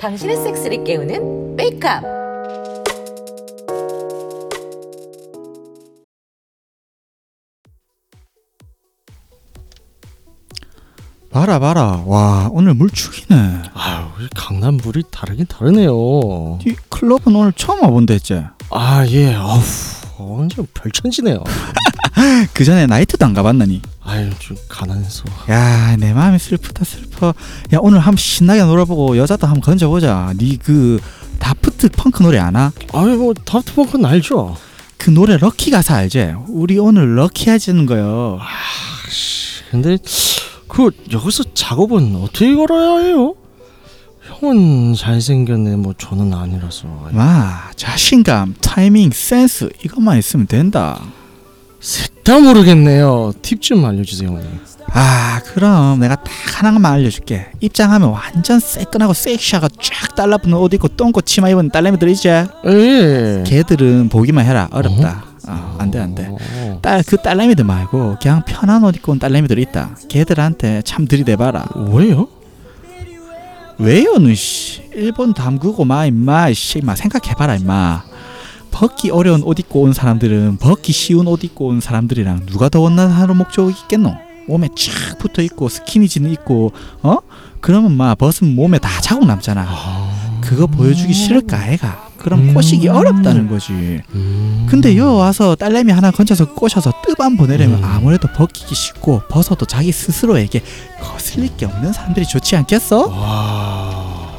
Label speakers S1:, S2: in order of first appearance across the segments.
S1: 당신의 섹스를 깨우는 메이크업.
S2: 봐라 봐라 와 오늘 물축이네
S3: 아유, 이 강남 물이 다르긴 다르네요.
S2: 이 클럽은 오늘 처음 와본다 했지
S3: 아, 예. 어우, 완전 별천지네요.
S2: 그 전에 나이트도 안 가봤나니
S3: 아유, 좀 가난해서.
S2: 야 내 마음이 슬프다 슬퍼 야 오늘 한번 신나게 놀아보고 여자도 한번 건져보자 니 그 다프트 펑크 노래 아나?
S3: 아유, 뭐 다프트펑크는 알죠.
S2: 그 노래 럭키 가사 알지? 우리 오늘 럭키 해지는 거요
S3: 씨, 근데 그 여기서 작업은 어떻게 걸어야 해요? 형은 잘생겼네. 뭐 저는 아니라서.
S2: 와 자신감 타이밍 센스 이것만 있으면 된다
S3: 다 모르겠네요. 팁 좀 알려주세요, 형님.
S2: 아 그럼 내가 딱 하나만 알려줄게 입장하면 완전 새끈하고 섹시하고 쫙 달라붙는 옷 입고 똥꼬 치마 입은 딸내미들 있지?
S3: 예.
S2: 걔들은 보기만 해라 어렵다 아, 안돼 안돼
S3: 어.
S2: 딸 그 딸내미들 말고 그냥 편한 옷 입고 온 딸내미들 있다 걔들한테 참 들이대봐라
S3: 왜요?
S2: 왜요는 씨 일본 담그고 마 임마 씨 임마 생각해봐라 임마 벗기 어려운 옷 입고 온 사람들은 벗기 쉬운 옷 입고 온 사람들이랑 누가 더 원하는 목적이 있겠노 몸에 쫙 붙어있고 스키니진 있고 어? 그러면 막 벗으면 몸에 다 자국 남잖아
S3: 아,
S2: 그거 보여주기 싫을까 애가 그럼
S3: 음.
S2: 꼬시기 어렵다는 거지
S3: 음.
S2: 근데 여 와서 딸내미 하나 건져서 꼬셔서 뜨밤 보내려면
S3: 음.
S2: 아무래도 벗기기 쉽고 벗어도 자기 스스로에게 거슬릴 게 없는 사람들이 좋지 않겠어?
S3: 와,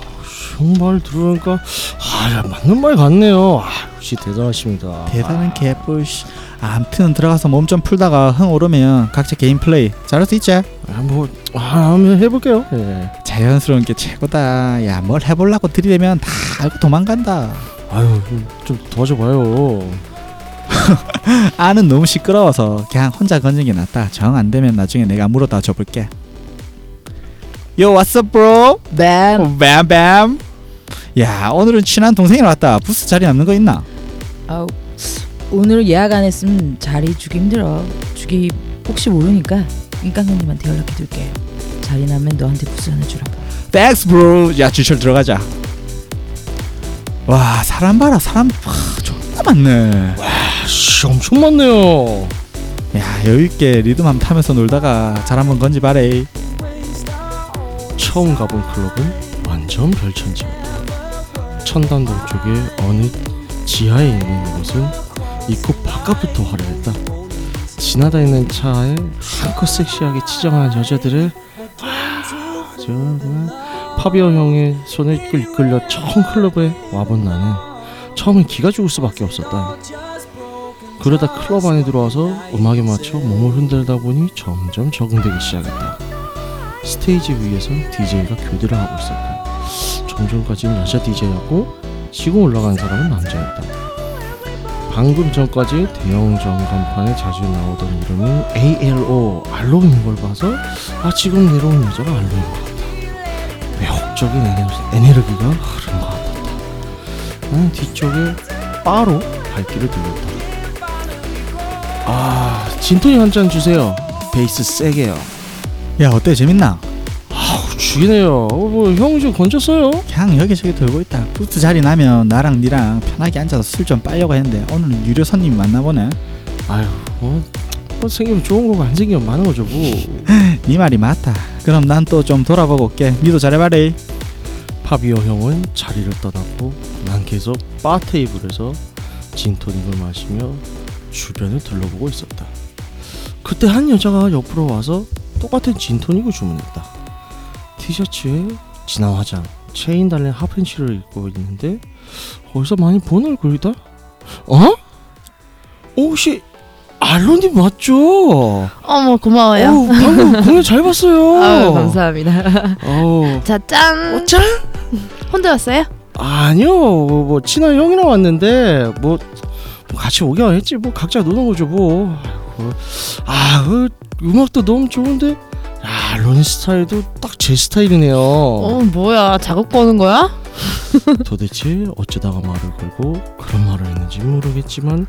S3: 정말 들으니까 아, 야, 맞는 말 같네요. 아, 역시 대단하십니다.
S2: 대단한 개뿔 씨. 암튼 들어가서 몸 좀 풀다가 흥 오르면 각자 개인 플레이 잘할 수 있지?
S3: 아, 뭐, 아, 한번 해볼게요. 예.
S2: 자연스러운 게 최고다 야 뭘 해보려고 들이대면 다 알고 도망간다
S3: 아유, 좀, 좀 도와줘봐요.
S2: 아는 너무 시끄러워서 그냥 혼자 건진 게 낫다 정 안 되면 나중에 내가 물어다 줘볼게 요 왓썹 브로
S1: 난
S2: 뱀뱀 야 오늘은 친한 동생이 왔다 부스 자리 남는 거 있나?
S4: 아, 오늘 예약 안 했으면 자리 주기 힘들어. 주기 혹시 모르니까 인강님한테 연락해 둘게. 자리 나면 너한테 부스 하나 주라고.
S2: Thanks bro 야 주철 들어가자 와 사람 봐라 사람 와, 존나 많네
S3: 아, 씨, 엄청 많네요.
S2: 야 여유있게 리듬 한번 타면서 놀다가 잘 한번 건지봐래
S3: 처음 가본 클럽은 완전 별천지입니다. 천단동 쪽의 어느 지하에 있는 이곳은 입구 바깥부터 화려했다. 지나다니는 차에 한껏 섹시하게 치장한 여자들을 아, 정말 파비오 형의 손에 끌- 끌려 처음 클럽에 와본 나는 처음엔 기가 죽을 수밖에 없었다. 그러다 클럽 안에 들어와서 음악에 맞춰 몸을 흔들다 보니 점점 적응되기 시작했다. 스테이지 위에서 DJ가 교대를 하고 있었다. 점점까지는 여자 DJ였고 지금 올라간 사람은 남자였다. 방금 전까지 대형 전간판에 자주 나오던 이름이 ALO 알로인 걸 봐서 아 지금 내려온 여자가 알로인 것 같다. 매혹적인 에너- 에너지가 흐른 것 같았다. 나는 뒤쪽에 바로 발길을 돌렸다. 아 진토닉 한 잔 주세요. 베이스 세게요.
S2: 야 어때 재밌나?
S3: 아우 죽이네요. 뭐 형이 좀 건졌어요.
S2: 그냥 여기저기 돌고 있다 부스 자리 나면 나랑 니랑 편하게 앉아서 술 좀 빨려고 했는데 오늘은 유료 손님이 맞나보네
S3: 아유 뭐, 뭐 생기면 좋은 거고 안 생기면 많은 거죠 뭐.
S2: 니네 말이 맞다 그럼 난 또 좀 돌아보고 올게 니도 잘해봐래
S3: 파비오 형은 자리를 떠났고 난 계속 바 테이블에서 진토닉을 마시며 주변을 둘러보고 있었다. 그때 한 여자가 옆으로 와서 똑같은 진토닉을 주문했다. 티셔츠에 진한 화장, 체인 달린 하프팬츠를 입고 있는데 어디서 많이 본 얼굴이다? 어? 어, 혹시 알론님 맞죠?
S4: 어머 고마워요.
S3: 어우, 방금 공연 잘 봤어요.
S4: 아유, 감사합니다.
S3: 어우,
S4: 자 짠.
S3: 어, 짠!
S4: 혼자 왔어요?
S3: 아니요 뭐, 뭐 친한 형이랑 왔는데 뭐, 뭐 같이 오긴 했지 뭐 각자 노는 거죠 뭐 아이고, 아, 그 음악도 너무 좋은데 야 론 스타일도 딱 제 스타일이네요
S5: 어,
S4: 뭐야 작업 거는 거야?
S3: 도대체 어쩌다가 말을 걸고 그런 말을 했는지 모르겠지만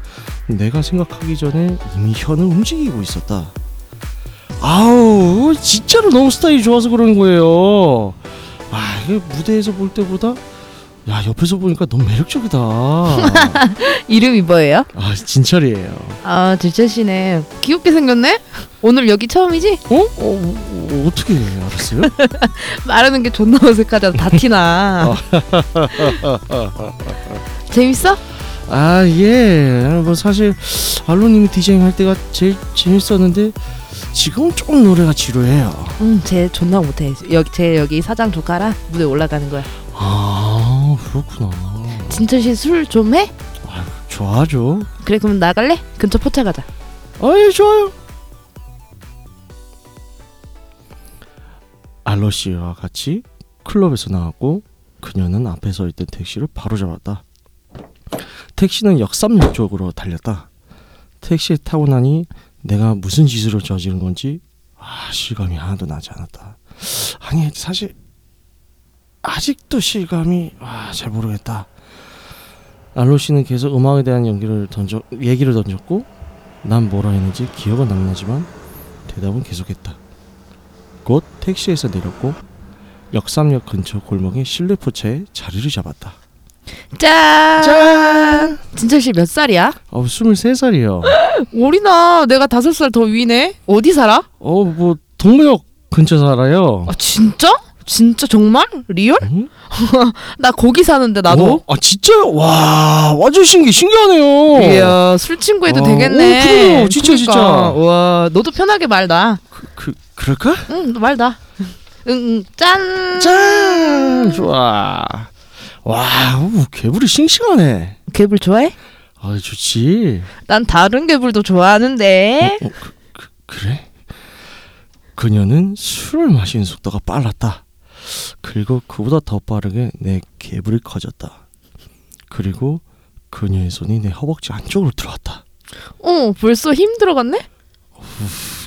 S3: 내가 생각하기 전에 이미 혀는 움직이고 있었다 아우 진짜로 너무 스타일이 좋아서 그런 거예요. 아 이게 무대에서 볼 때보다 야 옆에서 보니까 너무 매력적이다. 아
S5: 이름이 뭐예요?
S3: 진철이에요.
S5: 아 질철 씨네 귀엽게 생겼네. 오늘 여기 처음이지?
S3: 어? 어, 어 어떻게 알았어요?
S5: 말하는 게 존나 어색하잖아. 다 티나. 재밌어?
S3: 아 예. 아, 뭐 사실 알로님이 디자인 할 때가 제일 재밌었는데 지금 조금 노래가 지루해요.
S5: 응, 쟤 존나 못해. 여기 쟤 여기 사장 조카라 무대 올라가는 거야.
S3: 아 그렇구나.
S5: 진철 씨 술 좀 해?
S3: 아, 좋아하죠.
S5: 그래 그럼 나갈래? 근처 포차 가자.
S3: 아예 좋아요. 알로 씨와 같이 클럽에서 나왔고 그녀는 앞에 서 있던 택시를 바로 잡았다. 택시는 역삼역 쪽으로 달렸다. 택시에 타고 나니 내가 무슨 짓으로 저지른 건지 아, 실감이 하나도 나지 않았다. 아니 사실 아직도 실감이 아, 잘 모르겠다. 알로 씨는 계속 음악에 대한 연기를 던져 얘기를 던졌고 난 뭐라 했는지 기억은 안 나지만 대답은 계속했다. 곧 택시에서 내렸고 역삼역 근처 골목의 실내 포차에 자리를 잡았다.
S5: 짠.
S3: 짠!
S5: 진철 씨 몇 살이야?
S3: 어, 23살이요.
S5: 어리나. 내가 다섯 살 더 위네. 어디 살아?
S3: 어, 뭐 동무역 근처 살아요.
S5: 아 진짜? 진짜 정말? 리얼?
S3: 응?
S5: 나 거기 사는데 나도.
S3: 어, 아, 진짜? 와, 완전 신기 신기하네요.
S5: 이야 어. 술 친구해도
S3: 어,
S5: 되겠네.
S3: 어, 그래요. 진짜, 진짜.
S5: 와 너도 편하게 말다.
S3: 그 그럴까?
S5: 응 말다. 응, 응 짠.
S3: 짠! 좋아. 와, 우, 개불이 싱싱하네.
S5: 개불 좋아해?
S3: 아, 좋지.
S5: 난 다른 개불도 좋아하는데.
S3: 어, 어, 그, 그, 그래? 그녀는 술을 마시는 속도가 빨랐다. 그리고 그보다 더 빠르게 내 개불이 커졌다. 그리고 그녀의 손이 내 허벅지 안쪽으로 들어왔다.
S5: 어 벌써 힘 들어갔네?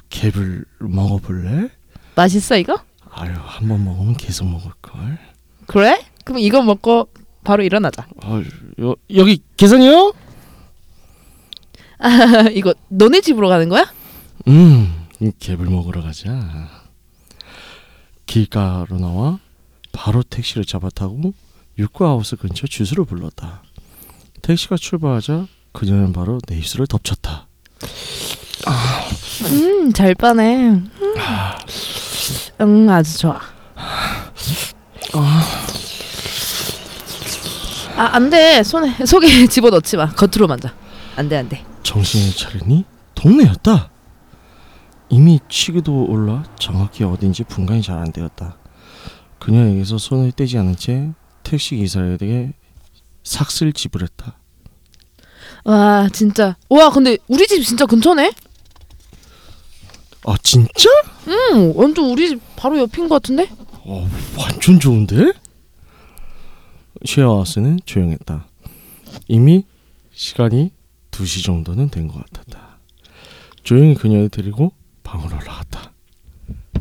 S3: 개불 먹어볼래?
S5: 맛있어 이거?
S3: 아유 한 번 먹으면 계속 먹을 걸.
S5: 그래? 그럼 이거 먹고 바로 일어나자.
S3: 아, 여, 여기 계산이요?
S5: 이거 너네 집으로 가는 거야?
S3: 음, 이 개불 먹으러 가자. 길가로 나와 바로 택시를 잡아타고 육구하우스 근처 주소를 불렀다. 택시가 출발하자 그녀는 바로 내 입술을 덮쳤다.
S5: 음, 잘 빠네. 음. 응, 아주 좋아. 아, 안 돼. 손에 속에 집어넣지 마. 겉으로 만져. 안 돼, 안 돼.
S3: 정신을 차리니 동네였다. 이미 취기도 올라 정확히 어딘지 분간이 잘 안 되었다. 그녀에게서 손을 떼지 않은 채 택시 기사에게 삭슬 지불했다.
S5: 와, 진짜. 와, 근데 우리 집 진짜 근처네?
S3: 아 진짜?
S5: 응, 완전 우리 집 바로 옆인 것 같은데?
S3: 어, 완전 좋은데? 쉐어하우스는 조용했다. 이미 시간이 2시 정도는 된 것 같았다. 조용히 그녀를 데리고 방으로 올라갔다.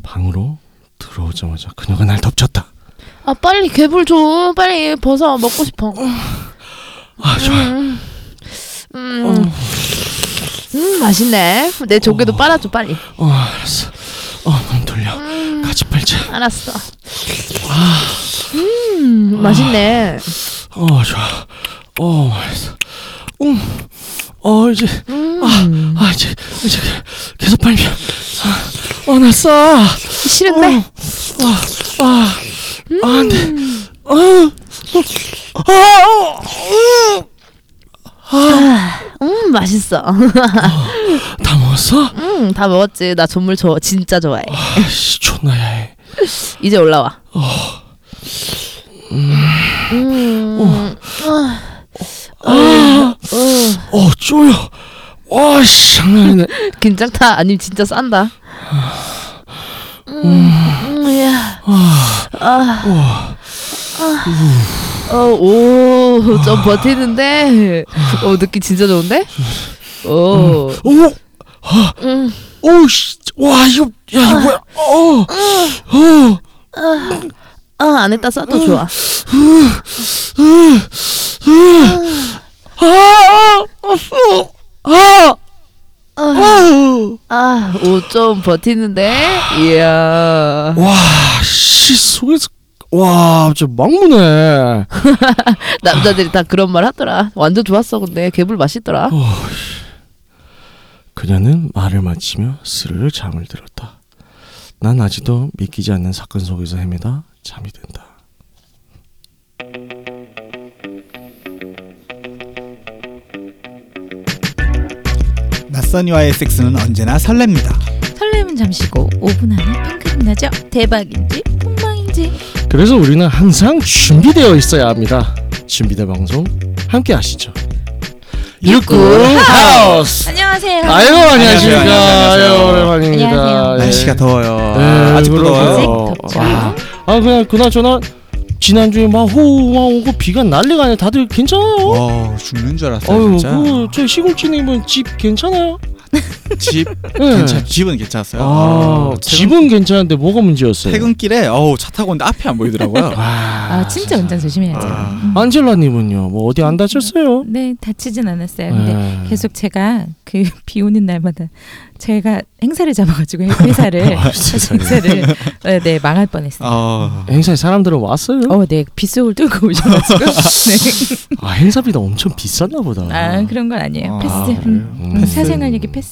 S3: 방으로 들어오자마자 그녀가 날 덮쳤다.
S5: 아, 빨리 개불 좀. 빨리 벗어. 먹고 싶어.
S3: 아, 좋아.
S5: 음. 음. 음, 맛있네. 내 조개도 빨아줘, 빨리.
S3: 어, 알았어. 어, 몸 돌려. 같이 팔자.
S5: 알았어. 아. 음, 맛있네.
S3: 어, 좋아. 어, 알았어. 음. 어, 이제,
S5: 음,
S3: 아, 이제, 이제 계속 팔면. 아, 어, 나 싸.
S5: 싫은데?
S3: 아, 아, 안 돼. 아, 아,
S5: 음, 맛있어.
S3: 아, 다 먹었어?
S5: 음, 다 먹었지. 나 전물 좋아. 진짜 좋아해.
S3: 아씨, 존나 야해.
S5: 이제 올라와. 음,
S3: 어, 쪼여. 와, 씨, 장난 아니네.
S5: 괜찮다. 아니면 진짜 싼다. 음, 음, 야. 어. 아, 아, 어, 오, 좀 버티는데. 어, 느낌 진짜 좋은데? 오,
S3: 오,
S5: 음.
S3: 오, 씨, 와, 이거, 야, 이거 뭐야. 어, 어.
S5: 아, 안 했다 싸도 좋아.
S3: 아, 아, 아, 아,
S5: 아, 오좀 버티는데. 이야.
S3: 와, 씨 속에서 와, 진짜 막무네.
S5: 남자들이 다 그런 말 하더라. 완전 좋았어. 근데 개불 맛있더라.
S3: 어. 그녀는 말을 마치며 스르르 잠을 들었다. 난 아직도 믿기지 않는 사건 속에서 헤매다 잠이 든다.
S2: 낯선이와의 섹스는 언제나 설렙니다.
S4: 설렘은 잠시고 5분 안에 핑크빛 나죠. 대박인지 폭망인지.
S3: 그래서 우리는 항상 준비되어 있어야 합니다. 준비된 방송 함께 하시죠. 육구 하우스.
S4: 안녕하세요.
S3: 아이고 안녕하십니까.
S2: 안녕하세요.
S3: 아이고 오랜만입니다.
S4: 안녕하세요.
S3: 예.
S2: 날씨가 더워요.
S3: 네,
S2: 아직도
S3: 그렇죠.
S2: 더워요.
S4: 더워요. 덥죠.
S3: 아, 아 그냥 그나저나 지난주에 막 호우 막 오고 비가 난리가 아니라 다들 괜찮아요.
S2: 어, 죽는 줄 알았어요.
S3: 어유
S2: 진짜.
S3: 그저 시골지님은 집 괜찮아요?
S2: 집
S3: 예.
S2: 괜찮, 집은 괜찮았어요.
S3: 아,
S2: 어, 퇴근-
S3: 집은 괜찮은데 뭐가
S2: 네.
S3: 문제였어요?
S2: 퇴근길에 어우 차 타고 온데 앞이 안 보이더라고요.
S3: 아,
S4: 아 진짜 운전 조심해야죠.
S2: 아.
S4: 음.
S3: 안젤라님은요, 뭐 어디 안 다쳤어요?
S4: 네 다치진 않았어요. 근데
S3: 예.
S4: 계속 제가 그 비 오는 날마다 제가 행사를 잡아가지고 회사를 행사를 네, 네 망할 뻔했어요.
S2: 어.
S3: 행사에 사람들은 왔어요?
S4: 어, 네 빗속을 뚫고 오셔가지고 네.
S3: 아 행사비가 엄청 비쌌나 보다.
S4: 아 그런 건 아니에요.
S2: 아, 그래요?
S4: 패스. 음.
S3: 음.
S4: 음, 사생활 얘기 패스.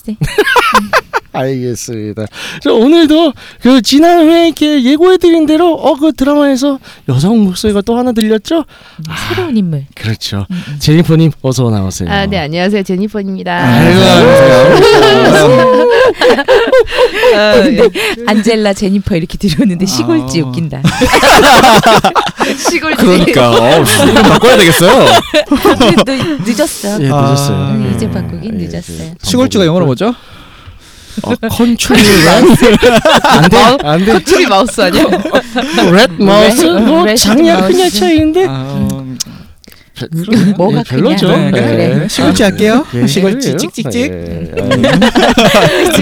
S3: 알겠습니다. 저 오늘도 그 지난 회에 이렇게 예고해드린 대로 어 그 드라마에서 여성 목소리가 또 하나 들렸죠?
S4: 새로운 인물.
S3: 그렇죠.
S4: 음, 음.
S3: 제니퍼님 어서 나오세요.
S5: 아, 네, 안녕하세요. 제니퍼입니다.
S2: 네.
S3: 아이고, 안녕하세요.
S5: 아, 예.
S4: 안젤라 제니퍼 이렇게 들어오는데 시골지
S2: 아.
S4: 웃긴다.
S5: 시골
S2: 그러니까 어, 이름 바꿔야 되겠어요.
S4: 너그 늦었어.
S3: 예 늦었어요.
S2: 아,
S4: 음,
S3: 예.
S4: 이제 바꾸긴
S3: 예,
S4: 늦었어요.
S3: 이제
S2: 시골주가 영어로 뭐죠?
S3: 어, 컨트롤 안돼 안돼
S5: 둘이 아, 마우스 아니야?
S3: 레드 마우스 뭐
S4: 레드
S3: 장량
S4: 마우스.
S3: 그냥 차이인데
S2: 아,
S4: 뭐가
S3: 예, 별로죠.
S4: 그냥.
S2: 네,
S4: 그래.
S2: 그래. 시골주 할게요.
S3: 예,
S2: 시골주
S3: 그래요.
S2: 찍찍찍.
S3: 예, 예.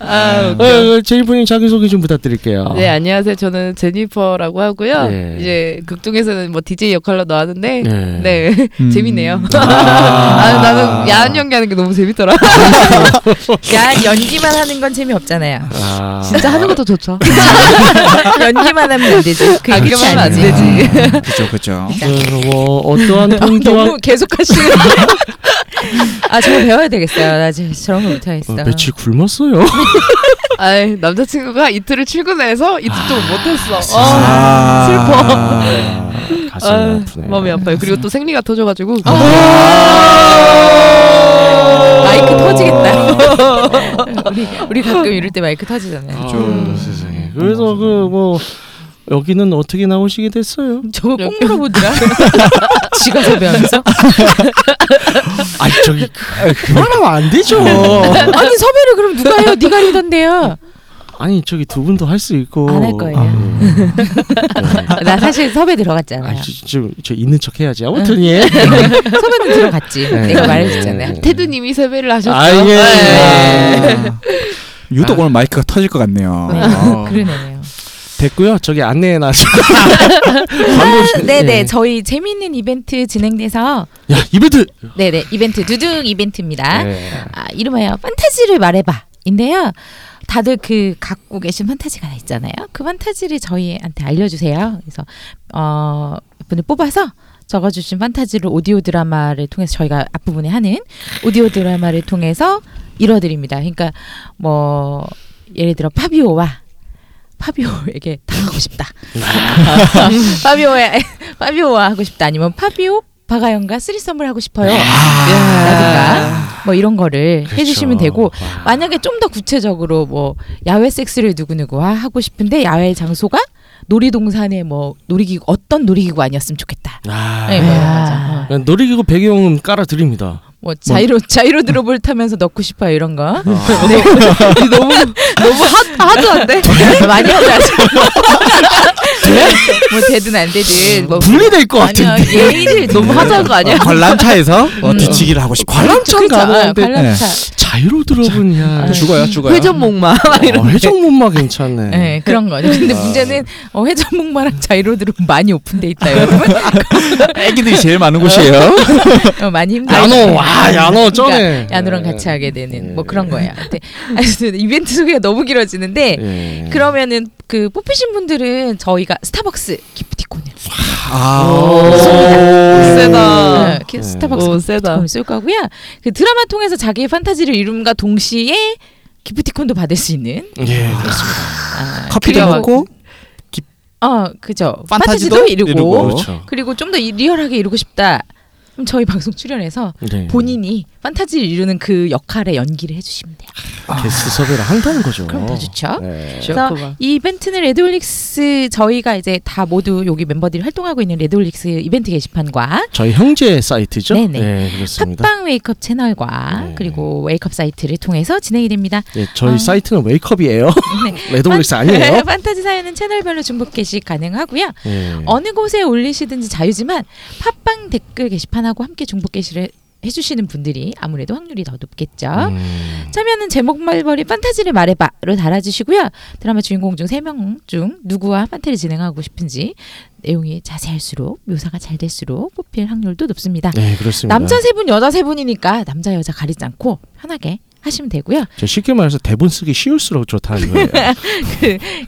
S2: 음.
S3: 어, 제니퍼님 자기 소개 좀 부탁드릴게요.
S5: 네, 안녕하세요. 저는 제니퍼라고 하고요.
S3: 예.
S5: 이제 극중에서는 뭐 DJ 역할로 나왔는데
S3: 예.
S5: 네.
S2: 음.
S5: 재밌네요.
S2: 아.
S5: 아, 나는 야한 연기하는 게 너무 재밌더라.
S4: 야 그러니까 연기만 하는 건 재미 없잖아요.
S3: 아,
S5: 진짜 하는 것도 좋죠.
S4: 연기만 하면 안 되지. 아, 그러니까 그게
S5: 가기만
S4: 그렇지
S5: 하면 안
S4: 않지.
S5: 되지.
S2: 그죠 그죠.
S3: 그래서 뭐 어떠한 통도와
S4: 너무 계속하시는. 아 저거 배워야 되겠어요. 나 지금 저런 거 못하겠어.
S3: 어, 며칠 굶었어요.
S5: 아이, 남자친구가 이틀을 출근해서 이틀 동안 못했어. 아,
S2: 아.
S3: 슬퍼. 가슴
S5: 아,
S3: 아프네.
S5: 마음이 아파요. 그리고 또 생리가 터져가지고 아.
S4: 마이크 터지겠다. 우리 우리 가끔 이럴 때 마이크 터지잖아요.
S3: 아유, 세상에. 그래서 그 뭐 여기는 어떻게 나오시게 됐어요?
S4: 저거 꼭 물어보더라. 지가 섭외하면서.
S3: 아 저기 그러면 안 되죠.
S4: 아니 섭외를 그럼 누가 해요? 네가 리던데요.
S3: 아니 저기 두 분도 할 수 있고 아, 네.
S4: 안할 거예요. 나 사실 섭외 아, 들어갔잖아요.
S3: 아, 지금 저 있는 척 해야지. 아무튼 예.
S4: 섭외는 들어갔지.
S3: 네.
S4: 내가 말해줬잖아요.
S5: 테드님이 세배를 하셨죠.
S3: 아, 예.
S5: 네.
S2: 아. 유독 오늘 마이크가 터질 것 같네요. 어.
S4: 그러네요.
S3: 됐고요. 저기 안내해 놨어.
S4: 아, 네네 저희 재미있는 이벤트 진행돼서
S3: 예. 야 이벤트.
S4: 네네 이벤트 두둥 이벤트입니다.
S3: 예.
S4: 아, 이름하여 판타지를 말해봐 인데요. 다들 그 갖고 계신 판타지가 하나 있잖아요. 그 판타지를 저희한테 알려주세요. 그래서 어 분을 뽑아서 적어주신 판타지를 오디오 드라마를 통해서 저희가 앞부분에 하는 오디오 드라마를 통해서 이뤄드립니다. 그러니까 뭐 예를 들어 파비오와 파비오에게 당하고 싶다. 파비오에 파비오와 하고 싶다. 아니면 파비오 바가연과 쓰리썸을 하고 싶어요. 라든가 뭐 이런 거를 해주시면 되고 만약에 좀 더 구체적으로 뭐 야외 섹스를 누구누구와 하고 싶은데 야외 장소가 놀이동산에 뭐 놀이기구 어떤 놀이기구 아니었으면 좋겠다.
S3: 아,
S4: 네, 뭐 이런 거죠. 어.
S3: 그냥 놀이기구 배경음 깔아 드립니다.
S4: 뭐 자이로 자이로 드롭을 타면서 넣고 싶어요 이런 거. 네.
S3: 아,
S4: 너무 너무 핫 하드한데 많이 하지 않죠? 뭐 되든 안 되든 뭐
S3: 분리될 것
S4: 아니야
S3: 같은데. 네.
S4: 예의를 너무 하자는 거 아니야?
S2: 관람차에서 어,
S4: 음.
S2: 뒤치기를 하고 싶어.
S3: 관람차인가
S4: 그렇죠.
S3: 보는데
S4: 관람차.
S3: 자유로 드롭은
S4: 아,
S3: 야.
S2: 죽어요, 죽어요.
S5: 회전목마 막 이런.
S3: 어, 회전 목마 괜찮네. 아.
S4: 네. 그런 거죠. 근데 문제는 어, 회전목마랑 자이로드롭 많이 오픈돼 있다 여러분.
S2: 애기들이 제일 많은 곳이에요.
S4: 어, 많이 힘들어.
S3: 야노 와 야노 쩌네. 네.
S4: 그러니까 야노랑 같이 하게 되는 뭐 그런 거예요. 근데 하여튼 이벤트 소개가 너무 길어지는데
S3: 예.
S4: 그러면은 그 뽑히신 분들은 저희가 스타벅스 기프티콘을
S2: 아,
S5: 세다.
S4: 네, 이렇게 스타벅스
S5: 오 세다.
S4: 기프티콘을 쓸 거고요. 그 드라마 통해서 자기의 판타지를 이룸과 동시에 기프티콘도 받을 수 있는
S3: 예 그렇습니다.
S4: 아,
S2: 커피도
S4: 그리고-
S2: 먹고
S4: 어 그죠
S2: 판타지도
S4: 판타지도, 이루고,
S2: 이루고.
S3: 그렇죠.
S4: 그리고 좀 더 리얼하게 이루고 싶다. 그럼 저희 방송 출연해서
S3: 네.
S4: 본인이 판타지를 이루는 그 역할의 연기를 해주시면 돼요.
S3: 게스트 섭외를 한다는 거죠.
S4: 그럼 더 좋죠.
S3: 예.
S5: 좋구만.
S4: 이 이벤트는 레드올릭스 저희가 이제 다 모두 여기 멤버들이 활동하고 있는 레드올릭스 이벤트 게시판과
S3: 저희 형제 사이트죠.
S4: 네네.
S3: 예, 그렇습니다.
S4: 팟빵 웨이크업 채널과
S3: 네.
S4: 그리고 웨이크업 사이트를 통해서 진행이 됩니다.
S3: 예, 저희
S4: 아.
S3: 사이트는 웨이크업이에요.
S4: 네.
S3: 레드올릭스 아니에요.
S4: 판타지 사연은 채널별로 중복 게시 가능하고요.
S3: 예.
S4: 어느 곳에 올리시든지 자유지만 팟빵 댓글 게시판하고 함께 중복 게시를 해주시는 분들이 아무래도 확률이 더 높겠죠.
S3: 음.
S4: 참여는 제목 말벌이 판타지를 말해봐로 달아주시고요. 드라마 주인공 중 세 명 중 누구와 판타지를 진행하고 싶은지 내용이 자세할수록 묘사가 잘 될수록 뽑힐 확률도 높습니다.
S3: 네 그렇습니다.
S4: 남자 세 분, 여자 세 분이니까 남자 여자 가리지 않고 편하게 하시면 되고요.
S3: 저 쉽게 말해서 대본 쓰기 쉬울수록 좋다는 거예요.
S4: 네.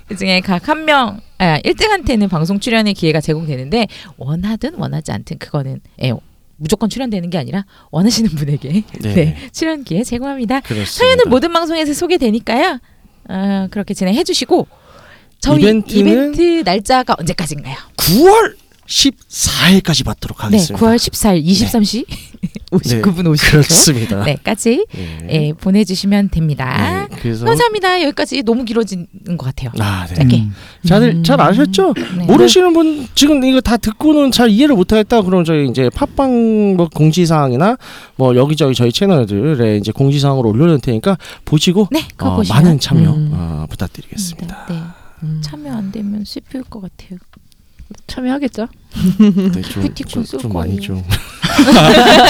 S4: 그중에 각 한 명, 아, 1등한테는 방송 출연의 기회가 제공되는데 원하든 원하지 않든 그거는 예, 무조건 출연되는 게 아니라 원하시는 분에게
S3: 네.
S4: 네, 출연 기회 제공합니다.
S3: 그렇습니다.
S4: 사연은 모든 방송에서 소개되니까요. 어, 그렇게 진행해 주시고 저희
S3: 이벤트는-
S4: 이벤트 날짜가 언제까지인가요?
S3: 9월 14일까지 받도록
S4: 네,
S3: 하겠습니다. 네.
S4: 9월 14일 23시 59분 50초
S3: 그렇습니다.
S4: 네까지
S3: 예.
S4: 예, 보내주시면 됩니다.
S3: 네, 그래서
S4: 감사합니다. 여기까지 너무 길어지는 것 같아요.
S3: 아, 네.
S4: 짧게. 음.
S3: 다들 잘 아셨죠?
S4: 네.
S3: 모르시는 분 지금 이거 다 듣고는 잘 이해를 못하겠다 그러면 저희 이제 팟빵 뭐 공지사항이나 뭐 여기저기 저희 채널들에 이제 공지사항을 올려놓을 테니까 보시고
S4: 네, 그거
S3: 어,
S4: 보시면
S3: 많은 참여
S5: 음.
S3: 어, 부탁드리겠습니다. 음.
S4: 네, 네. 참여 안 되면 슬플 것 같아요.
S5: 참여하겠죠?
S4: 음.
S3: 네, 좀,
S4: 기프티콘
S3: 좀,
S4: 쓸
S3: 좀
S4: 거예요.
S3: 많이 좀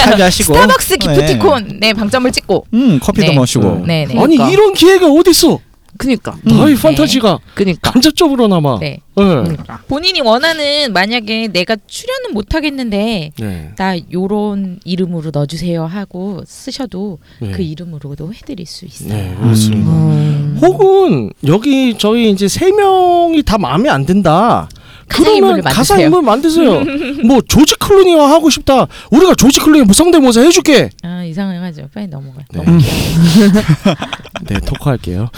S2: 참여하시고 어,
S4: 스타벅스 기프티콘 네, 방점을 찍고
S2: 음 커피도
S4: 네.
S2: 마시고
S4: 네, 네.
S3: 아니
S5: 그러니까.
S3: 이런 기회가 어딨어?
S5: 그니까.
S3: 나의
S4: 네.
S3: 판타지가
S5: 그니까.
S3: 간접적으로나마.
S4: 네.
S3: 네.
S4: 본인이 원하는 만약에 내가 출연은 못 하겠는데
S3: 네.
S4: 나 요런 이름으로 넣어주세요 하고 쓰셔도
S3: 네.
S4: 그 이름으로도 해드릴 수 있어요.
S3: 네,
S2: 음,
S3: 그렇습니다. 혹은 여기 저희 이제 세 명이 다 마음에 안 든다.
S4: 가사 인물을
S3: 그러면 가사 인물 만드세요. 뭐 조지 클루니와 하고 싶다. 우리가 조지 클루니 무성대모사 해줄게.
S4: 아 이상해가지고 빨리 넘어가요.
S3: 네, 네 토크할게요.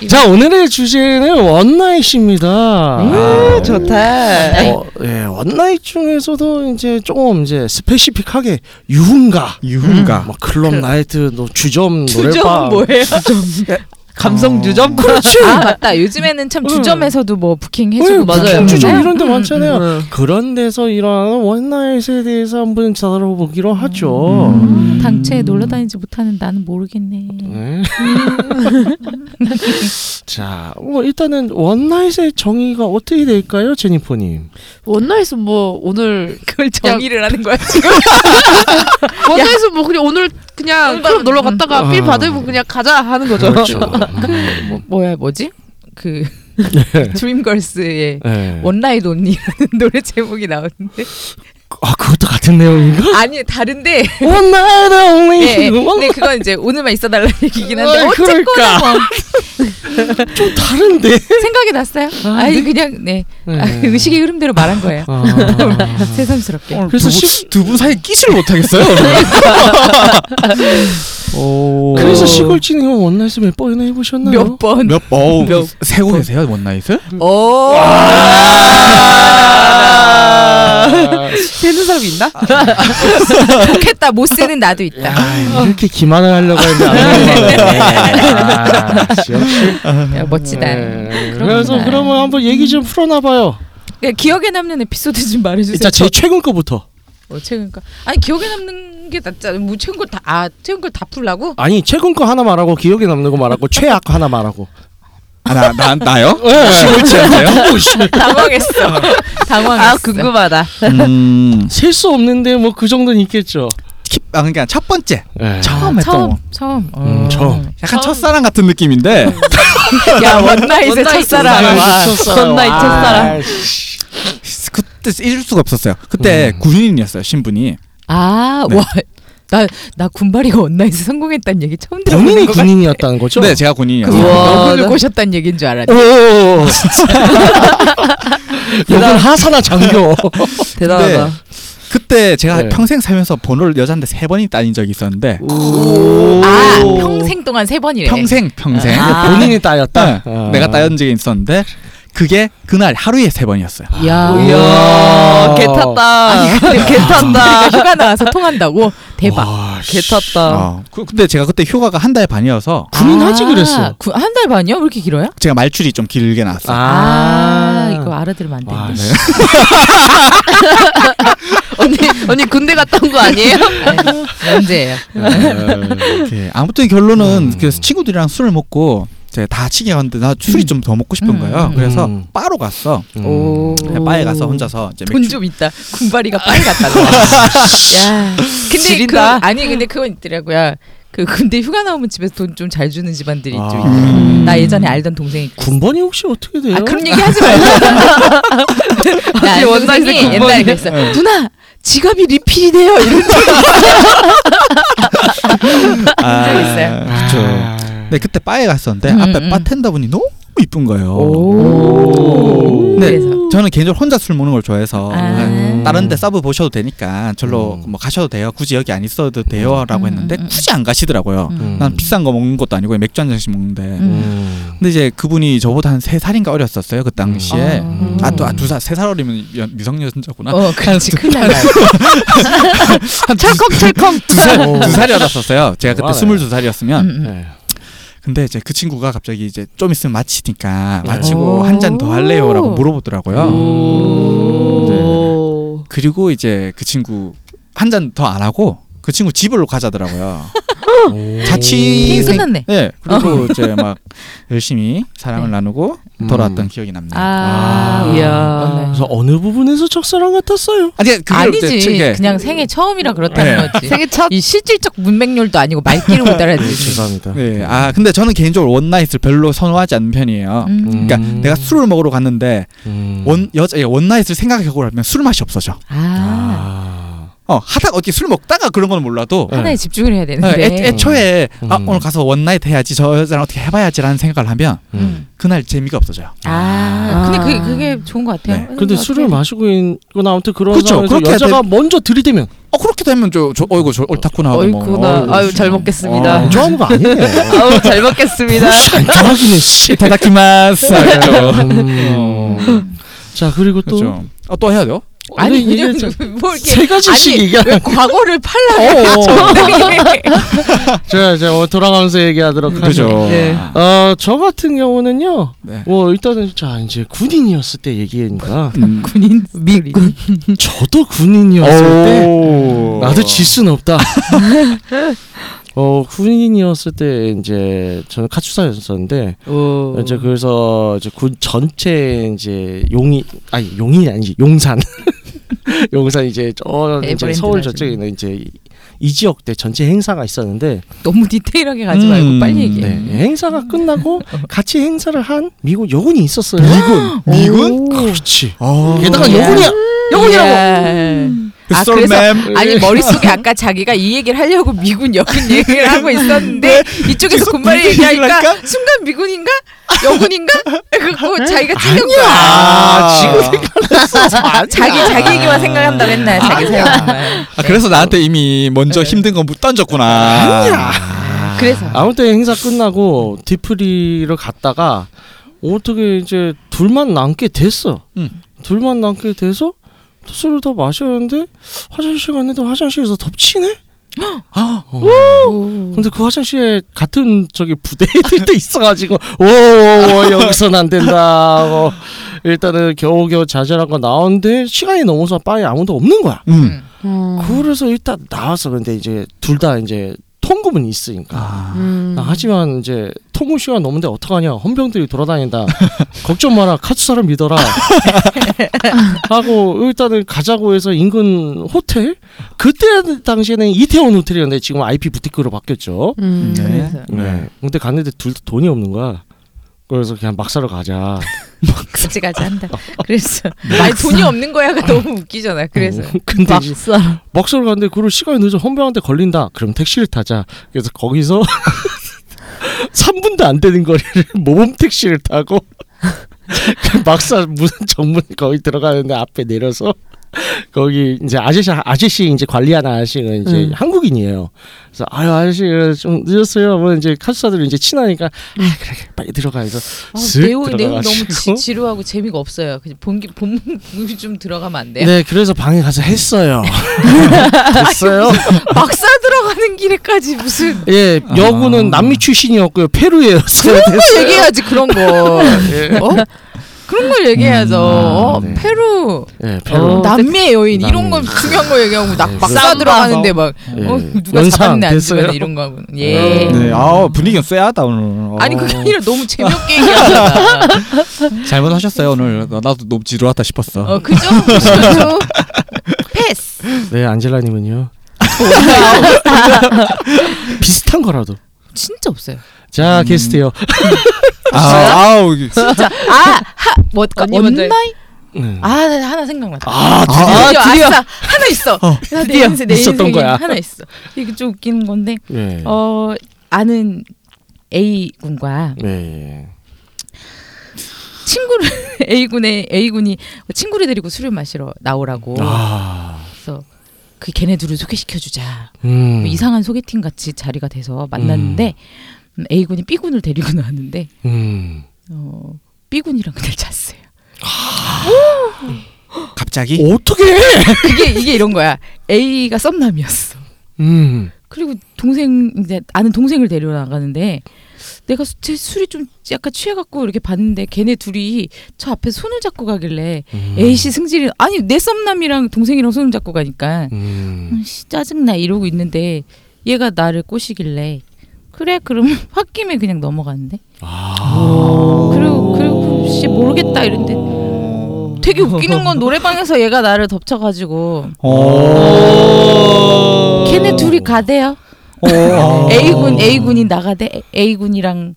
S4: 네.
S3: 자 오늘의 주제는 원나잇입니다.
S4: 네.
S3: 아,
S5: 좋다.
S3: 어, 예, 원나잇 중에서도 이제 조금 이제 스페시픽하게 유흥가,
S2: 유흥가.
S3: 뭐 클럽 나이트, 노- 주점, 노래방, 어.
S4: 뭐예요?
S5: 감성 주점.
S3: 그렇지.
S4: 아 맞다. 요즘에는 참 주점에서도 뭐 부킹
S3: 왜
S4: 해주고
S5: 맞아요.
S3: 보통 네, 주점
S4: 음,
S3: 이런 데
S4: 음,
S3: 많잖아요.
S5: 음.
S3: 그런 데서 일어나는 원나잇에 대해서 한번 다뤄보기로 하죠.
S4: 음, 당최 놀러 다니지 못하는 나는 모르겠네.
S3: 네. 자, 뭐 일단은 원나잇의 정의가 어떻게 될까요, 제니퍼님?
S5: 원나잇은 뭐 오늘
S4: 그걸 정의를 하는 거야 지금?
S5: 원나잇은 뭐 그냥 오늘 그냥 클럽 놀러 갔다가 필
S3: 아.
S5: 받으면 그냥 가자 하는 거죠.
S3: 음. 그렇죠.
S4: 뭐, 뭐야 뭐지? 그 드림걸스의
S3: 네.
S4: 원나잇 온니라는 노래 제목이 나오는데
S3: 아, 그것도 같은 내용인가?
S4: 아니 다른데
S3: 원나잇 only.
S4: 네,
S3: 원-
S4: 네, 그건 이제 오늘만 있어달라는 얘기긴 한데
S3: 어, 어이,
S4: 어쨌거나
S3: 그럴까.
S4: 뭐
S3: 좀 다른데.
S4: 생각이 났어요. 아, 니 그냥 네 아,
S3: 네.
S4: 의식의 흐름대로 말한 거예요.
S3: 아.
S4: 새삼스럽게.
S2: 음. 그래서
S3: 그래서
S2: 두분 사이 끼시를 못 하겠어요. 오.
S3: 그래서 시골 진이 형 원나잇을 몇 번이나 해보셨나요?
S4: 몇 번.
S2: 몇 어,
S4: 몇-
S2: 세고 계세요 원나잇을?
S4: 오.
S3: 아,
S5: 되는 사람이 있나?
S4: 좋겠다. 못 쓰는 나도 있다.
S3: 아, 이렇게 기만을 하려고 했는데 네. 안
S4: 네.
S5: 뭐.
S3: 되는 거 역시.
S4: 야, 멋지다.
S3: 네.
S4: 그렇구나.
S3: 그래서 그러면 한번 얘기 좀 풀어놔봐요.
S4: 네, 기억에 남는 에피소드 좀 말해주세요.
S3: 일단 제일 최근 거부터.
S4: 어, 최근 거. 아니 기억에 남는 게 낫잖아. 뭐 최근 거다아 최근 걸다 풀라고?
S3: 아니 최근 거 하나 말하고 기억에 남는 거 말하고 최악 거 하나 말하고.
S2: 아, 나, 나, 나요?
S4: 당황했어. 당황했어.
S5: 아 궁금하다.
S2: 음,
S3: 셀 수 없는데 뭐 그 정도는 있겠죠.
S2: 킵, 아, 그러니까 첫 번째.
S3: 예.
S2: 처음 했던
S4: 처음
S2: 거.
S4: 처음.
S3: 음,
S4: 어.
S3: 처음.
S2: 약간 첫사랑 같은 느낌인데.
S4: 음. 야 원나잇의
S5: 원나잇
S4: 첫사랑.
S5: 첫사랑.
S4: 와.
S5: 첫나잇 첫사랑.
S3: 아이씨.
S2: 그때 잊을 수가 없었어요. 그때
S3: 음.
S2: 군인이었어요, 신분이.
S4: 아
S2: 네.
S4: 와. 나 나 군발이가 원나잇에 성공했다는 얘기 처음
S3: 본인이
S4: 들어보는 거 같아.
S3: 군인이었다는 거죠?
S2: 네, 제가 군인이었어요.
S5: 우와.
S4: 너분을
S5: 나-
S4: 꼬셨다는 얘기인 줄
S3: 어,
S4: 알았네.
S3: 오, 여긴 하사나 장교.
S5: 대단하다.
S2: 네. 그때 제가
S3: 네.
S2: 평생 살면서 번호를 여자한테 세 번이 따인 적이 있었는데
S4: 네. 아 평생 동안 세 번이래.
S2: 평생 평생
S4: 아.
S3: 본인이 따였다.
S2: 네,
S3: 아.
S2: 내가 따인 적이 있었는데 그게 그날 하루에 세 번이었어요.
S4: 야.
S5: 이야
S3: 와.
S5: 아, 개 탔다. 개
S4: 내가
S5: 탔다.
S4: 휴가 나와서 통한다고 대박.
S3: 와, 씨.
S5: 개
S4: 아.
S5: 탔다.
S2: 어. 그- 근데 제가 그때 휴가가 한 달 반이어서
S3: 군인하지 그랬어.
S4: 아, 한 달 반이요? 왜 이렇게 길어요?
S2: 제가 말줄이 좀 길게 나왔어요.
S4: 아, 이거 알아들으면 네. 안
S3: 와,
S4: 되는데.
S3: 씨.
S5: 언니 언니 군대 갔다 온 거 아니에요?
S4: 네. 언제예요?
S3: 네.
S2: 이렇게. 아무튼 결론은
S3: 음.
S2: 그래서 친구들이랑 술을 먹고 이제 다 치게 갔는데 나 술이 좀 더 먹고 싶은
S4: 음.
S2: 거예요. 그래서
S3: 음.
S2: 바로 갔어. 네,
S3: 오.
S2: 바에 가서 혼자서 이제
S4: 돈
S2: 맥주
S4: 좀 있다. 군발이가 빨리 갔다 와. 야, 근데 그
S5: 지린다.
S4: 아니 근데 그건 있더라고요. 그 근데 휴가 나오면 집에서 돈 좀 잘 주는 집안들이
S3: 아.
S4: 좀 있더라고요.
S2: 음.
S4: 나 예전에 알던 동생이
S3: 군번이 혹시 어떻게 돼요?
S4: 아 그런 얘기 하지 말고 나
S5: 혹시
S4: 아는
S5: 원나잇의
S4: 동생이
S5: 군번이야?
S4: 옛날에 그랬어 누나 지갑이 리필이 돼요 이런 적 있어요?
S3: 아.
S2: 그렇죠. 네 그때 바에 갔었는데
S4: 아, 음,
S2: 앞에
S4: 음.
S2: 바텐더분이 너무 이쁜 거예요.
S4: 오
S2: 네.
S4: 그래서
S2: 저는 개인적으로 혼자 술 먹는 걸 좋아해서
S4: 아.
S2: 다른 데 서브 보셔도 되니까 절로
S3: 음.
S2: 뭐 가셔도 돼요. 굳이 여기 안 있어도 돼요라고
S4: 음,
S2: 했는데
S4: 음, 음.
S2: 굳이 안 가시더라고요.
S4: 음.
S2: 난 비싼 거 먹는 것도 아니고 맥주 한 잔씩 먹는데.
S4: 음.
S2: 근데 이제 그분이 저보다 한 세 살인가 어렸었어요 그 당시에.
S4: 음.
S2: 아 또 아, 두 살, 세 살 어리면 여- 미성년자구나.
S4: 어 그렇지
S2: 아,
S4: 큰일 날
S5: 철컹철컹.
S2: 두 살이 어렸었어요. 제가 그때
S3: 좋아요.
S2: 스물두 살이었으면.
S4: 음, 음.
S3: 네.
S2: 근데 이제 그 친구가 갑자기 이제 좀 있으면 마치니까
S3: 네.
S2: 마치고
S4: 오.
S2: 한 잔 더 할래요라고 물어보더라고요.
S5: 오.
S2: 네. 그리고 이제 그 친구 한 잔 더 안 하고 그 친구 집으로 가자더라고요.
S3: 어.
S2: 자취
S4: 게임 끝났네. 어.
S2: 네. 그리고 이제 막 열심히 사랑을
S4: 네.
S2: 나누고
S3: 음.
S2: 돌아왔던 기억이 납니다. 아.
S4: 아,
S3: 아.
S5: 이야.
S3: 그래서 어느 부분에서 적사랑 같았어요?
S2: 아니 그게
S4: 아니지
S2: 이제 예. 그냥
S4: 그냥 생애 처음이라 그렇다는
S2: 네.
S4: 거지
S5: 생애 첫.
S4: 이 실질적 문맹률도 아니고 말귀를 못 알아듣지
S3: 죄송합니다.
S2: 네. 아 근데 저는 개인적으로 원나잇을 별로 선호하지 않는 편이에요.
S4: 음.
S2: 그러니까 내가 술을 먹으러 갔는데
S3: 음.
S2: 원 여자 예, 원나잇을 생각하고 하면 술 맛이 없어져.
S4: 아,
S3: 아.
S2: 어 하다가 어떻게 술 먹다가 그런 건 몰라도
S4: 하나에 집중을 해야
S2: 어,
S4: 되는데
S2: 애, 아. 애초에 아,
S3: 음.
S2: 오늘 가서 원나잇 해야지 저 여자랑 어떻게 해봐야지라는 생각을 하면
S4: 음.
S2: 그날 재미가 없어져요.
S4: 아, 근데 그게
S5: 아.
S4: 그게 좋은 것
S2: 네.
S4: 같아요.
S3: 근데 술을 마시고 있거나 아무튼 그런
S2: 그쵸,
S3: 상황에서
S2: 그렇게
S3: 여자가 먼저 들이대면
S2: 어 그렇게 되면 저, 저 어이구 저 옳다구나 하고 뭐,
S5: 어이구나.
S2: 어이구,
S5: 아유
S2: 씨.
S5: 잘 먹겠습니다.
S2: 어.
S3: 좋아하는 거 아니에요.
S5: 아우 잘 먹겠습니다.
S3: 정확히는 씨.
S2: 이타다키마스 그렇죠.
S3: 자 그리고 네. 또
S2: 그렇죠. 어또 해야 돼요?
S4: 아니
S3: 근데
S4: 그냥
S3: 어. 이게 참-
S4: 뭐 이렇게
S3: 세 가지씩
S4: 아니,
S3: 얘기하.
S4: 왜 과거를 네.
S3: 어.
S4: 팔라고
S3: 제가 제가 뭐 돌아가면서 얘기하도록 하죠.
S2: 그죠.
S5: 네.
S3: 어저 같은 경우는요.
S2: 네.
S3: 뭐 일단은 자 이제 군인이었을 때 얘기니까
S2: 음. 어.
S4: 군인 미군
S3: 저도 군인이었을 때
S2: 오.
S3: 나도 질 수는 없다. 어 군인이었을 때 이제 저는 카투사였었는데
S5: 오.
S3: 이제
S2: 그렇죠.
S3: 그래서 이제 군 전체 이제 용이 아니 용이 아니지 용산 용산 이제 저 이제
S4: 에버랜드
S3: 서울
S4: 나중에.
S3: 저쪽에 있는 이제 이- 이 지역 때 전체 행사가 있었는데
S4: 너무 디테일하게 가지
S2: 음,
S4: 말고 빨리 얘기해.
S3: 네, 행사가 끝나고 같이 행사를 한 미군 여군이 있었어요.
S2: 미군 미군?
S3: 그렇지.
S2: 어.
S3: 게다가
S4: 야.
S3: 여군이야. 여군이라고.
S4: 아,
S2: 썰
S4: 그래서-
S2: 맴.
S4: 아니 머릿속에 아까 자기가 이 얘기를 하려고 미군 여군 얘기를 하고 있었는데 이쪽에서
S2: 계속
S4: 군말
S2: 미군 얘기를
S4: 얘기하니까
S2: 할까?
S4: 순간 미군인가 여군인가 그거 자기가 찔린 거야.
S2: 아, 지금
S4: 자기 자기 얘기만 생각한다 맨날 자기 생각만.
S2: 아, 그래서 나한테 이미 먼저 힘든 건 던졌구나.
S4: 그래서
S3: 아무튼 행사 끝나고 디프리를 갔다가 어떻게 이제 둘만 남게 됐어.
S2: 음.
S3: 둘만 남게 돼서 술을 더 마셨는데 화장실 갔는데 화장실에서 덮치네.
S2: 아,
S3: 근데 그 화장실에 같은 저기 부대 애들도 있어가지고 오 여기선 안 된다. 고 일단은 겨우겨우 자제한 거 나오는데 시간이 넘어서 바에 아무도 없는 거야.
S2: 음.
S5: 음.
S3: 그래서 일단 나왔어. 근데 이제 둘 다 이제 통금은 있으니까.
S2: 아,
S5: 음.
S3: 아, 하지만 이제 통금 시간 넘는데 어떡하냐 헌병들이 돌아다닌다 걱정 마라 카츠사를 믿어라 하고 일단은 가자고 해서 인근 호텔 그때 당시에는 이태원 호텔이었는데 지금 IP 부티크로 바뀌었죠
S5: 음,
S2: 네.
S5: 그래서.
S3: 네. 근데 갔는데 둘 다 돈이 없는 거야. 그래서 그냥 막사로 가자.
S4: 같이 가자 한다. 그래서 아, 아니 돈이 없는 거야가 너무 웃기잖아. 그래서
S3: 음, 근데 이제
S5: 막사
S3: 막사로 갔는데 그걸 시간이 늦어 헌병한테 걸린다. 그럼 택시를 타자. 그래서 거기서 3분도 안 되는 거리를 모범 택시를 타고 그 막사 무슨 정문 거기 들어가는데 앞에 내려서 거기 이제 아저씨 아저씨 이제 관리하는 아저씨가 이제
S5: 음.
S3: 한국인이에요. 그래서 아유 아저씨 어, 좀 늦었어요. 뭐 이제 카스사들 이제 친하니까 아 그래 그래, 빨리 들어가 해서
S4: 음. 아,
S3: 슥
S4: 내용 내용 너무 지,
S3: 들어가시고.
S4: 지루하고 재미가 없어요. 그냥 본기 본좀 들어가면 안 돼요?
S3: 네 그래서 방에 가서 했어요. 됐어요.
S4: 막사 들어가는 길에까지 무슨
S3: 예,
S2: 아.
S3: 여군은 남미 출신이었고요. 페루에였어요.
S4: 그걸 얘기해야지 그런 거. 어? 그런 걸 얘기해야죠. 어,
S3: 네.
S4: 페루,
S3: 예, 페루.
S5: 어,
S4: 남미의 여인
S3: 남-
S4: 이런 건 중요한 거 얘기하고 막
S3: 네,
S4: 막사
S5: 그래서-
S4: 들어가는데 막
S3: 예.
S4: 어, 누가
S3: 연상
S4: 잡았네 안
S3: 됐어요?
S4: 잡았네 이런 거 하고. 예.
S2: 네, 아 분위기가 쎄하다 오늘. 어,
S4: 아니 그게 아니라 너무 재미없게 얘기하잖아.
S2: 잘못하셨어요 오늘. 나- 나도 너무 지루하다 싶었어.
S4: 어 그죠? 그죠? 패스.
S3: 네, 안젤라님은요. 비슷한 거라도.
S4: 진짜 없어요.
S3: 자, 게스트요.
S2: 아, 아우 이게-
S4: 아하뭐
S5: 언니 먼저 해.
S4: 언나이?
S3: 네.
S4: 아 하나 생각났다.
S3: 아,
S2: 아,
S4: 드디어, 아싸, 하나 있어. 내
S3: 드디어
S4: 인생- 내
S3: 있었던
S4: 인생에
S3: 거야.
S4: 하나 있어. 이게 좀 웃기는 건데
S3: 예.
S4: 어 아는 A 군과
S3: 예, 예.
S4: 친구를 A 군의 A 군이 친구를 데리고 술을 마시러 나오라고
S3: 아.
S4: 그래서 그 걔네 둘을 소개시켜 주자. 뭐
S3: 음.
S4: 이상한 소개팅 같이 자리가 돼서 만났는데 음, A 군이 B 군을 데리고 나왔는데
S3: 음.
S4: 어, B 군이랑 그날 잤어요.
S2: 갑자기
S3: 어떻게?
S4: 그게 이게 이런 거야. A가 썸남이었어.
S3: 음.
S4: 그리고 동생 이제 아는 동생을 데리러 나가는데 내가 수- 제 술이 좀 약간 취해갖고 이렇게 봤는데 걔네 둘이 저 앞에 손을 잡고 가길래
S3: 음.
S4: A 씨 승질이 아니 내 썸남이랑 동생이랑 손을 잡고 가니까
S3: 음.
S4: 음, 씨 짜증나 이러고 있는데 얘가 나를 꼬시길래 그래 그럼 홧김에 그냥 넘어갔는데
S3: 아.
S4: 그리고 그리고 씨 모르겠다 이랬는데 되게 웃기는 건 노래방에서 얘가 나를 덮쳐가지고
S3: 어. 오.
S4: 걔네 둘이 가대요
S2: 오.
S4: A 군 A 군이 나가대 A 군이랑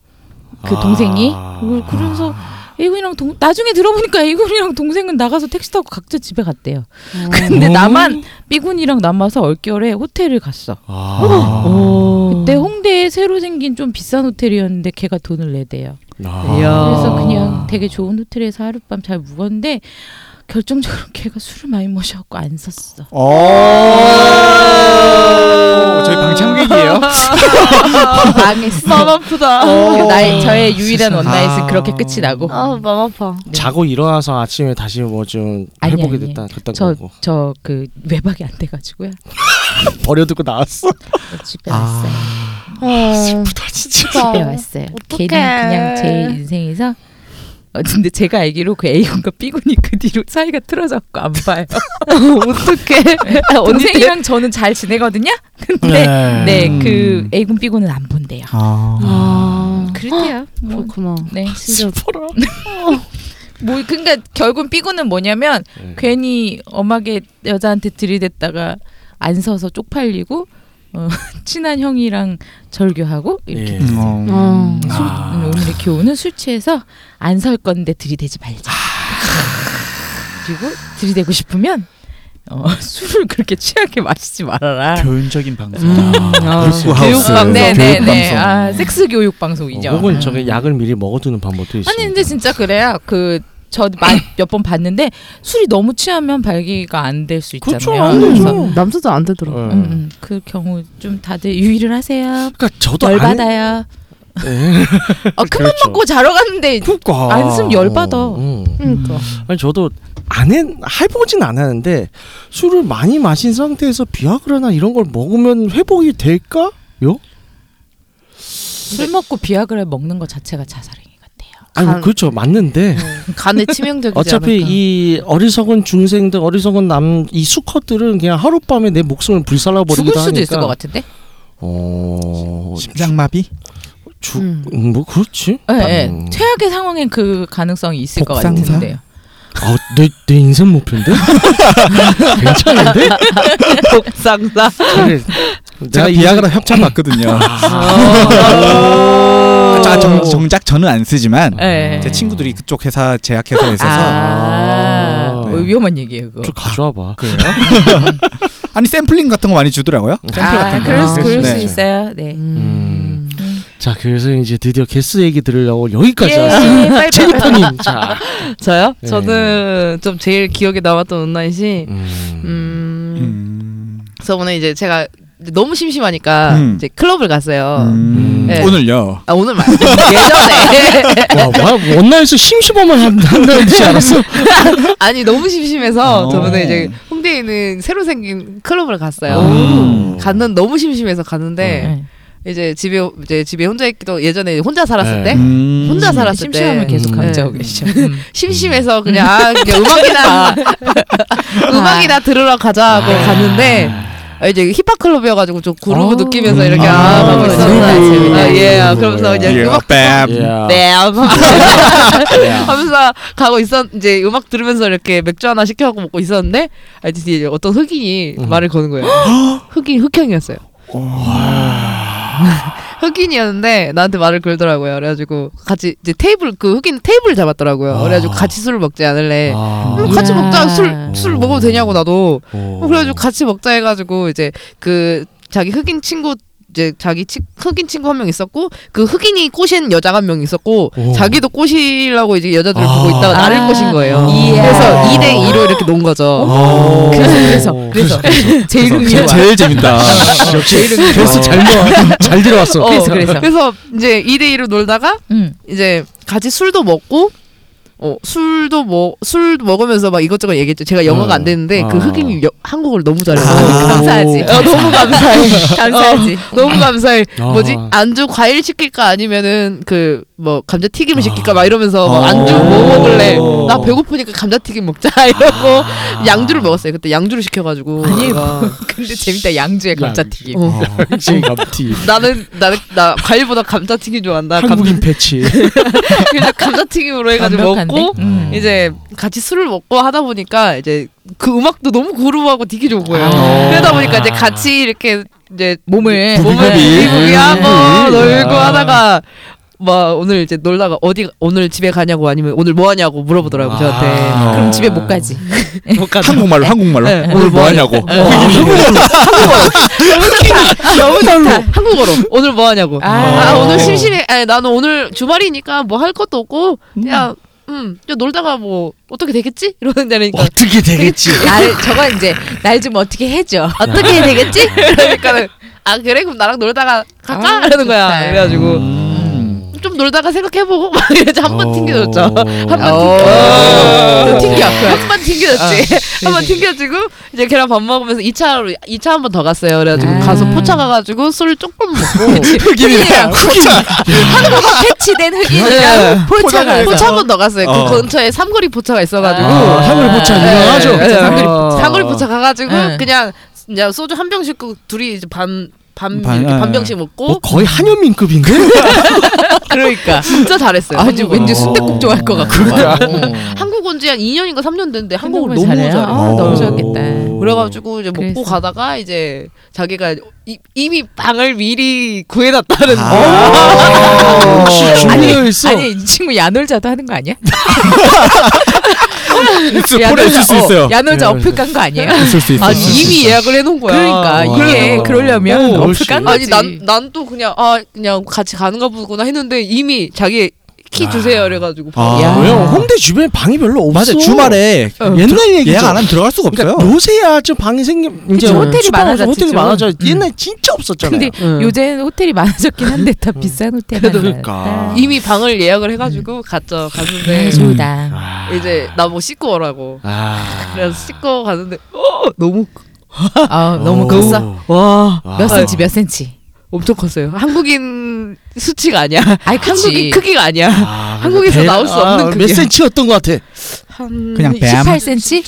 S4: 그 동생이 그리고 그래서 A 군이랑 동 나중에 들어보니까 A 군이랑 동생은 나가서 택시 타고 각자 집에 갔대요. 근데 나만 B 군이랑 남아서 얼결에 호텔을 갔어.
S3: 아.
S4: 그때 홍대에 새로 생긴 좀 비싼 호텔이었는데 걔가 돈을 내대요.
S3: 아.
S5: 이야.
S4: 그래서
S5: 아.
S4: 그냥 되게 좋은 호텔에서 하룻밤 잘 묵었는데 결정적으로 걔가 술을 많이 마셔갖고 안 썼어.
S2: 오. 저희 방청객이에요.
S4: 망했어.
S5: 아프다.
S4: 그러니까 나의 저의 유일한
S2: 세상에.
S4: 원나잇은
S2: 아.
S4: 그렇게 끝이 나고
S5: 아, 맘 아파.
S3: 자고 일어나서 아침에 다시 뭐 좀
S4: 아니,
S3: 회복이
S4: 아니.
S3: 됐다 그딴 거고
S4: 저 저 그 외박이 안 돼가지고요
S3: 버려두고 나왔어.
S4: 집에 왔어요.
S5: 슬프다, 진짜.
S4: 집에 아. 왔어요.
S5: 어떡해.
S4: 걔는 그냥 제 인생에서 어, 근데 제가 알기로 그 A군과 B군이 그 뒤로 사이가 틀어졌고 안 봐요. 아,
S5: 어떡해.
S4: 동생이랑 저는 잘 지내거든요. 근데 네 그 A군 B군은 안 본대요.
S2: 아.
S5: 아,
S4: 그렇대요. 뭐,
S5: 그렇구나. 아,
S4: 네.
S5: 슬퍼라.
S4: 뭐 그러니까 결국 B군은 뭐냐면
S3: 네.
S4: 괜히 엄하게 여자한테 들이댔다가 안 서서 쪽팔리고 어, 친한 형이랑 절교하고 이렇게
S3: 예.
S2: 음, 어.
S5: 어.
S4: 술,
S3: 아.
S4: 음, 오늘의 교훈은 술 취해서 안 설 건데 들이대지 말자. 그리고 들이대고 싶으면 어, 술을 그렇게 취하게 마시지 말아라.
S2: 교훈적인 방송.
S5: 음. 아,
S2: 교육
S5: 교육
S2: 하우스.
S5: 방송.
S2: 교육
S4: 네네네.
S2: 방송.
S4: 아, 섹스 교육 방송이죠.
S3: 어, 혹은 저게 약을 미리 먹어두는 방법도 있어요.
S4: 아니 근데 진짜 그래요. 그저몇번 봤는데 술이 너무 취하면 발기가 안 될 수 있잖아요.
S3: 그쵸,
S5: 음.
S3: 안 되죠.
S4: 그래서,
S5: 남자도 안 되더라.
S3: 예.
S4: 음, 음, 그 경우 좀 다들 유의를 하세요.
S3: 그러니까 저도
S4: 열
S3: 안
S4: 받아요.
S3: 예.
S4: 아, 큰맘
S3: 그렇죠.
S4: 먹고 자러 갔는데
S3: 그러니까
S4: 안 쓰면 열 받아.
S3: 어, 음.
S5: 그러니까.
S3: 아니 저도 안 해, 해보진 않았는데 술을 많이 마신 상태에서 비아그라나 이런 걸 먹으면 회복이 될까? 요?
S4: 술 먹고 비아그라 먹는 것 자체가 자살행위 같아요.
S3: 아니 뭐
S5: 간-
S3: 그렇죠
S4: 음,
S3: 맞는데
S5: 간에 치명적이지
S3: 어차피
S5: 않을까.
S3: 이 어리석은 중생들 어리석은 남 이 수컷들은 그냥 하룻밤에 내 목숨을 불살라 버리기도
S4: 죽을
S3: 하니까
S4: 수도 있을 것 같은데.
S3: 어,
S2: 심장마비?
S3: 주,
S4: 음.
S3: 음, 뭐 그렇지.
S4: 예, 예.
S3: 음.
S4: 최악의 상황엔 그 가능성이 있을 것
S2: 복상사?
S4: 같은데요.
S3: 아, 내, 내 인생 목표인데? 괜찮은데?
S5: 복상사.
S3: 그래,
S2: 제가 음.
S3: 인생-
S2: 비아그라 협찬 받거든요.
S5: 아.
S2: 자,
S4: 아.
S2: 정, 정작 아, 저는 안 쓰지만
S4: 어. 예.
S2: 제 친구들이 그쪽 회사 제약 회사에 있어서
S4: 아,
S3: 네.
S4: 어, 위험한 얘기예요 그거.
S3: 좀 가져와봐.
S2: 그래요? 아니 샘플링 같은 거 많이 주더라고요. 샘플
S4: 아,
S2: 같은 거.
S4: 그럴, 수-
S3: 거.
S4: 그럴 수
S2: 네.
S4: 있어요. 네.
S3: 음. 자, 그래서 이제 드디어 개수 얘기 들으려고 여기까지
S4: 예,
S3: 왔어요.
S4: 빨리
S3: 제니퍼님, 자.
S5: 저요?
S3: 네.
S5: 저는 좀 제일 기억에 남았던 온라인이
S3: 음.
S5: 음,
S2: 음.
S5: 저번에 이제 제가 너무 심심하니까
S2: 음.
S5: 이제 클럽을 갔어요.
S2: 음.
S5: 네.
S2: 오늘요.
S5: 아 오늘 말고 예전에
S3: 와, 와, 원나에서 심심함을 한- 한다는
S5: 네.
S3: 줄 알았어.
S5: 아니 너무 심심해서
S2: 어.
S5: 저번에 이제 홍대에 있는 새로 생긴 클럽을 갔어요.
S2: 음.
S5: 갔는 너무 심심해서 갔는데
S4: 아. 네.
S5: 이제 집에 이제 집에 혼자 있기도 예전에 혼자
S3: 네.
S5: 살았을 때
S2: 음.
S5: 혼자 살았을 때
S4: 심심함을 계속
S3: 음.
S4: 강조하고
S5: 네.
S4: 계시죠. 음.
S5: 심심해서 그냥 아 그냥 음악이나 음악이나 들으러 가자 하고 갔는데 아, 이제 힙합 클럽이어가지고 좀 구르고
S3: 아.
S5: 느끼면서 이렇게
S2: 음.
S5: 아 하고
S2: 아,
S5: 있었나
S4: 그렇구나.
S5: 재밌다 예 아, 예.
S3: 음.
S5: 그러면서 이제
S2: Yeah,
S5: 음악
S2: bam.
S3: 야.
S5: 네
S4: 아, 뭐.
S5: 하면서 가고 있었 이제 음악 들으면서 이렇게 맥주 하나 시켜갖고 먹고 있었는데 아 이제 이제 어떤 흑인이
S3: 음.
S5: 말을 거는 거예요 흑인 흑형이었어요 흑인이었는데 나한테 말을 걸더라고요 그래가지고 같이 이제 테이블 그 흑인 테이블을 잡았더라고요 그래가지고
S3: 아.
S5: 같이 술을 먹지 않을래
S3: 아.
S5: 그럼 같이 먹자 술
S4: 아.
S5: 술 먹어도 되냐고 나도
S3: 오.
S5: 어, 그래가지고 같이 먹자 해가지고 이제 그 자기 흑인 친구 이제 자기 치, 흑인 친구 한 명 있었고 그 흑인이 꼬신 여자가 한 명 있었고
S3: 오.
S5: 자기도 꼬시려고 이제 여자들을 보고 있다가
S4: 아.
S5: 나를 꼬신 거예요.
S4: 이야.
S5: 그래서 2대 2로 이렇게 논 거죠.
S3: 오.
S4: 그래서 그래서 그래서 제일
S2: 그래서
S4: 흥미로워.
S2: 제일 재밌다.
S3: 아, 역시 그래서 잘 모아 잘 들어왔어.
S5: 어,
S4: 그래서, 그래서.
S5: 그래서 이제 2대 2로 놀다가
S4: 음.
S5: 이제 같이 술도 먹고 어, 술도 뭐 술도 먹으면서 막 이것저것 얘기했죠. 제가 영어가
S3: 어.
S5: 안 되는데 그
S3: 아.
S5: 흑인이 여, 한국어를 너무 잘해서
S3: 아.
S4: 감사하지.
S5: 어, 너무 감사해.
S4: 감사하지.
S5: 어, 너무 감사해.
S3: 아.
S5: 뭐지? 안주 과일 시킬까 아니면은 그 뭐 감자튀김을 시킬까 막 이러면서 막
S3: 어.
S2: 아.
S5: 안주 뭐 먹을래?
S2: 오.
S5: 나 배고프니까 감자튀김 먹자 이러고
S3: 아.
S5: 양주를 먹었어요. 그때 양주를 시켜가지고
S4: 아니,
S5: 내가.
S4: 근데 재밌다. 양주의 감자튀김.
S5: 어.
S3: 지금 감튀.
S5: 나는 나는 나 과일보다 감자튀김 좋아한다. 감,
S3: 한국인 패치.
S5: 그냥 감자튀김으로 해가지고
S4: 완벽한데?
S5: 먹고
S4: 음.
S5: 이제 같이 술을 먹고 하다 보니까 이제 그 음악도 너무 구루하고 되게 좋은 거예요.
S3: 아.
S5: 그러다 보니까 이제 같이 이렇게 이제
S4: 몸을
S5: 몸을
S2: 부비부비.
S5: 비비비 하고
S3: 부비부비.
S5: 놀고
S3: 아.
S5: 하다가 막 오늘 이제 놀다가 어디 오늘 집에 가냐고 아니면 오늘 뭐 하냐고 물어보더라고 저한테.
S3: 아.
S4: 그럼 집에 못 가지.
S2: 한국말로 한국말로
S5: 네.
S2: 오늘 뭐 하냐고.
S3: 어,
S5: 너무 잘로 그 한국어로 오늘 뭐 하냐고.
S4: 아.
S5: 아, 오늘 심심해. 아니, 나는 오늘 주말이니까 뭐 할 것도 없고 그냥 음, 그냥 놀다가 뭐 어떻게 되겠지? 이러는 데니까
S3: 어떻게 되겠지?
S4: 날 저건 이제 날 좀 어떻게 해줘.
S5: 어떻게 해야 되겠지? 그러니까는 아 그래 그럼 나랑 놀다가 갈까?
S4: 아,
S5: 이러는 거야.
S4: 좋다.
S5: 그래가지고
S2: 음.
S5: 좀 놀다가 생각해보고 막 이래서 한번
S3: 어.
S5: 튕겨줬죠.
S3: 어.
S5: 한번 튕겨. 한번 튕겨졌지. 한번
S4: 네네.
S5: 튕겨지고 이제 걔랑 밥 먹으면서 2차로 2차 한 번 더 갔어요. 그래가지고
S4: 아.
S5: 가서 포차 가가지고 술 조금 먹고
S2: 흑인이랑 포차.
S4: 한국어 패치된 흑인이랑 포차가
S5: 포차 한 번 더 갔어요.
S2: 어.
S5: 그 근처에 삼거리 포차가 있어가지고
S3: 아, 한글 포차 유명하죠.
S5: 네, 네, 삼거리
S3: 아.
S5: 삼거리 포차 가가지고
S4: 네.
S5: 그냥 그냥 소주 한 병씩 그 둘이 이제 반반
S2: 반,
S5: 이렇게
S2: 네.
S5: 반 병씩 먹고
S3: 뭐 거의 한현민급인데?
S4: 그러니까.
S5: 진짜 잘했어요.
S4: 아주 뭐.
S5: 한국어.
S4: 왠지 순대국 좋아할 것 같고.
S5: 한국 온 지 한 2년인가 3년 됐는데 한국을
S4: 한국말
S5: 너무
S4: 잘해요?
S5: 잘해요.
S4: 아, 너무 좋았겠다.
S5: 그래가지고 이제 먹고
S4: 그랬어.
S5: 가다가 이제 자기가 이, 이미 방을 미리 구해놨다는
S2: 아.
S5: 거.
S3: 역시 준비되어 있어.
S4: 아니 이 친구 야놀자도 하는 거 아니야?
S2: 포레 있을 네, 수
S4: 어,
S2: 있어요.
S4: 야놀자 어플 간 거 아니에요?
S2: 있을 수 있어.
S5: 아니 이미 예약을 해놓은 거야.
S4: 그러니까
S3: 와.
S4: 이게
S3: 와.
S4: 그러려면
S3: 오,
S4: 어플 깐
S5: 아니
S4: 거지.
S5: 난 난 또 그냥 아 그냥 같이 가는가 보구나 했는데 이미 자기 키 주세요 이래가지고
S2: 아.
S4: 야.
S3: 왜요? 홍대 주변에 방이 별로 없어.
S2: 맞아 주말에
S3: 옛날 얘기죠.
S2: 예약 안 하면 들어갈 수가 없어요.
S3: 그러니까 요새야 좀 방이 생긴 이제
S4: 그치, 호텔이
S3: 숙박하고
S4: 많아졌지,
S3: 호텔이
S4: 좀.
S3: 많아져. 옛날에 진짜 없었잖아요.
S4: 근데
S5: 응.
S4: 요새는 호텔이 많아졌긴 한데 다 비싼 호텔
S2: 그래도
S4: 하나
S2: 그러니까.
S5: 이미 방을 예약을 해가지고 갔죠 갔는데
S4: 음. 좋다.
S5: 이제 나 뭐 씻고 오라고
S3: 아.
S5: 그래서 씻고 갔는데 어, 너무
S4: 아 너무
S3: 오.
S4: 컸어.
S5: 와
S3: 아.
S4: 몇 센치 몇 센치.
S5: 엄청 컸어요 한국인 수치가 아니야
S4: 아이 그치.
S5: 한국인 크기가 아니야
S3: 아,
S5: 한국에서
S3: 대-
S5: 나올 수 없는
S3: 아,
S5: 그게.
S3: 몇 센치였던 것 같아.
S5: 한
S2: 그냥 뱀.
S4: 18cm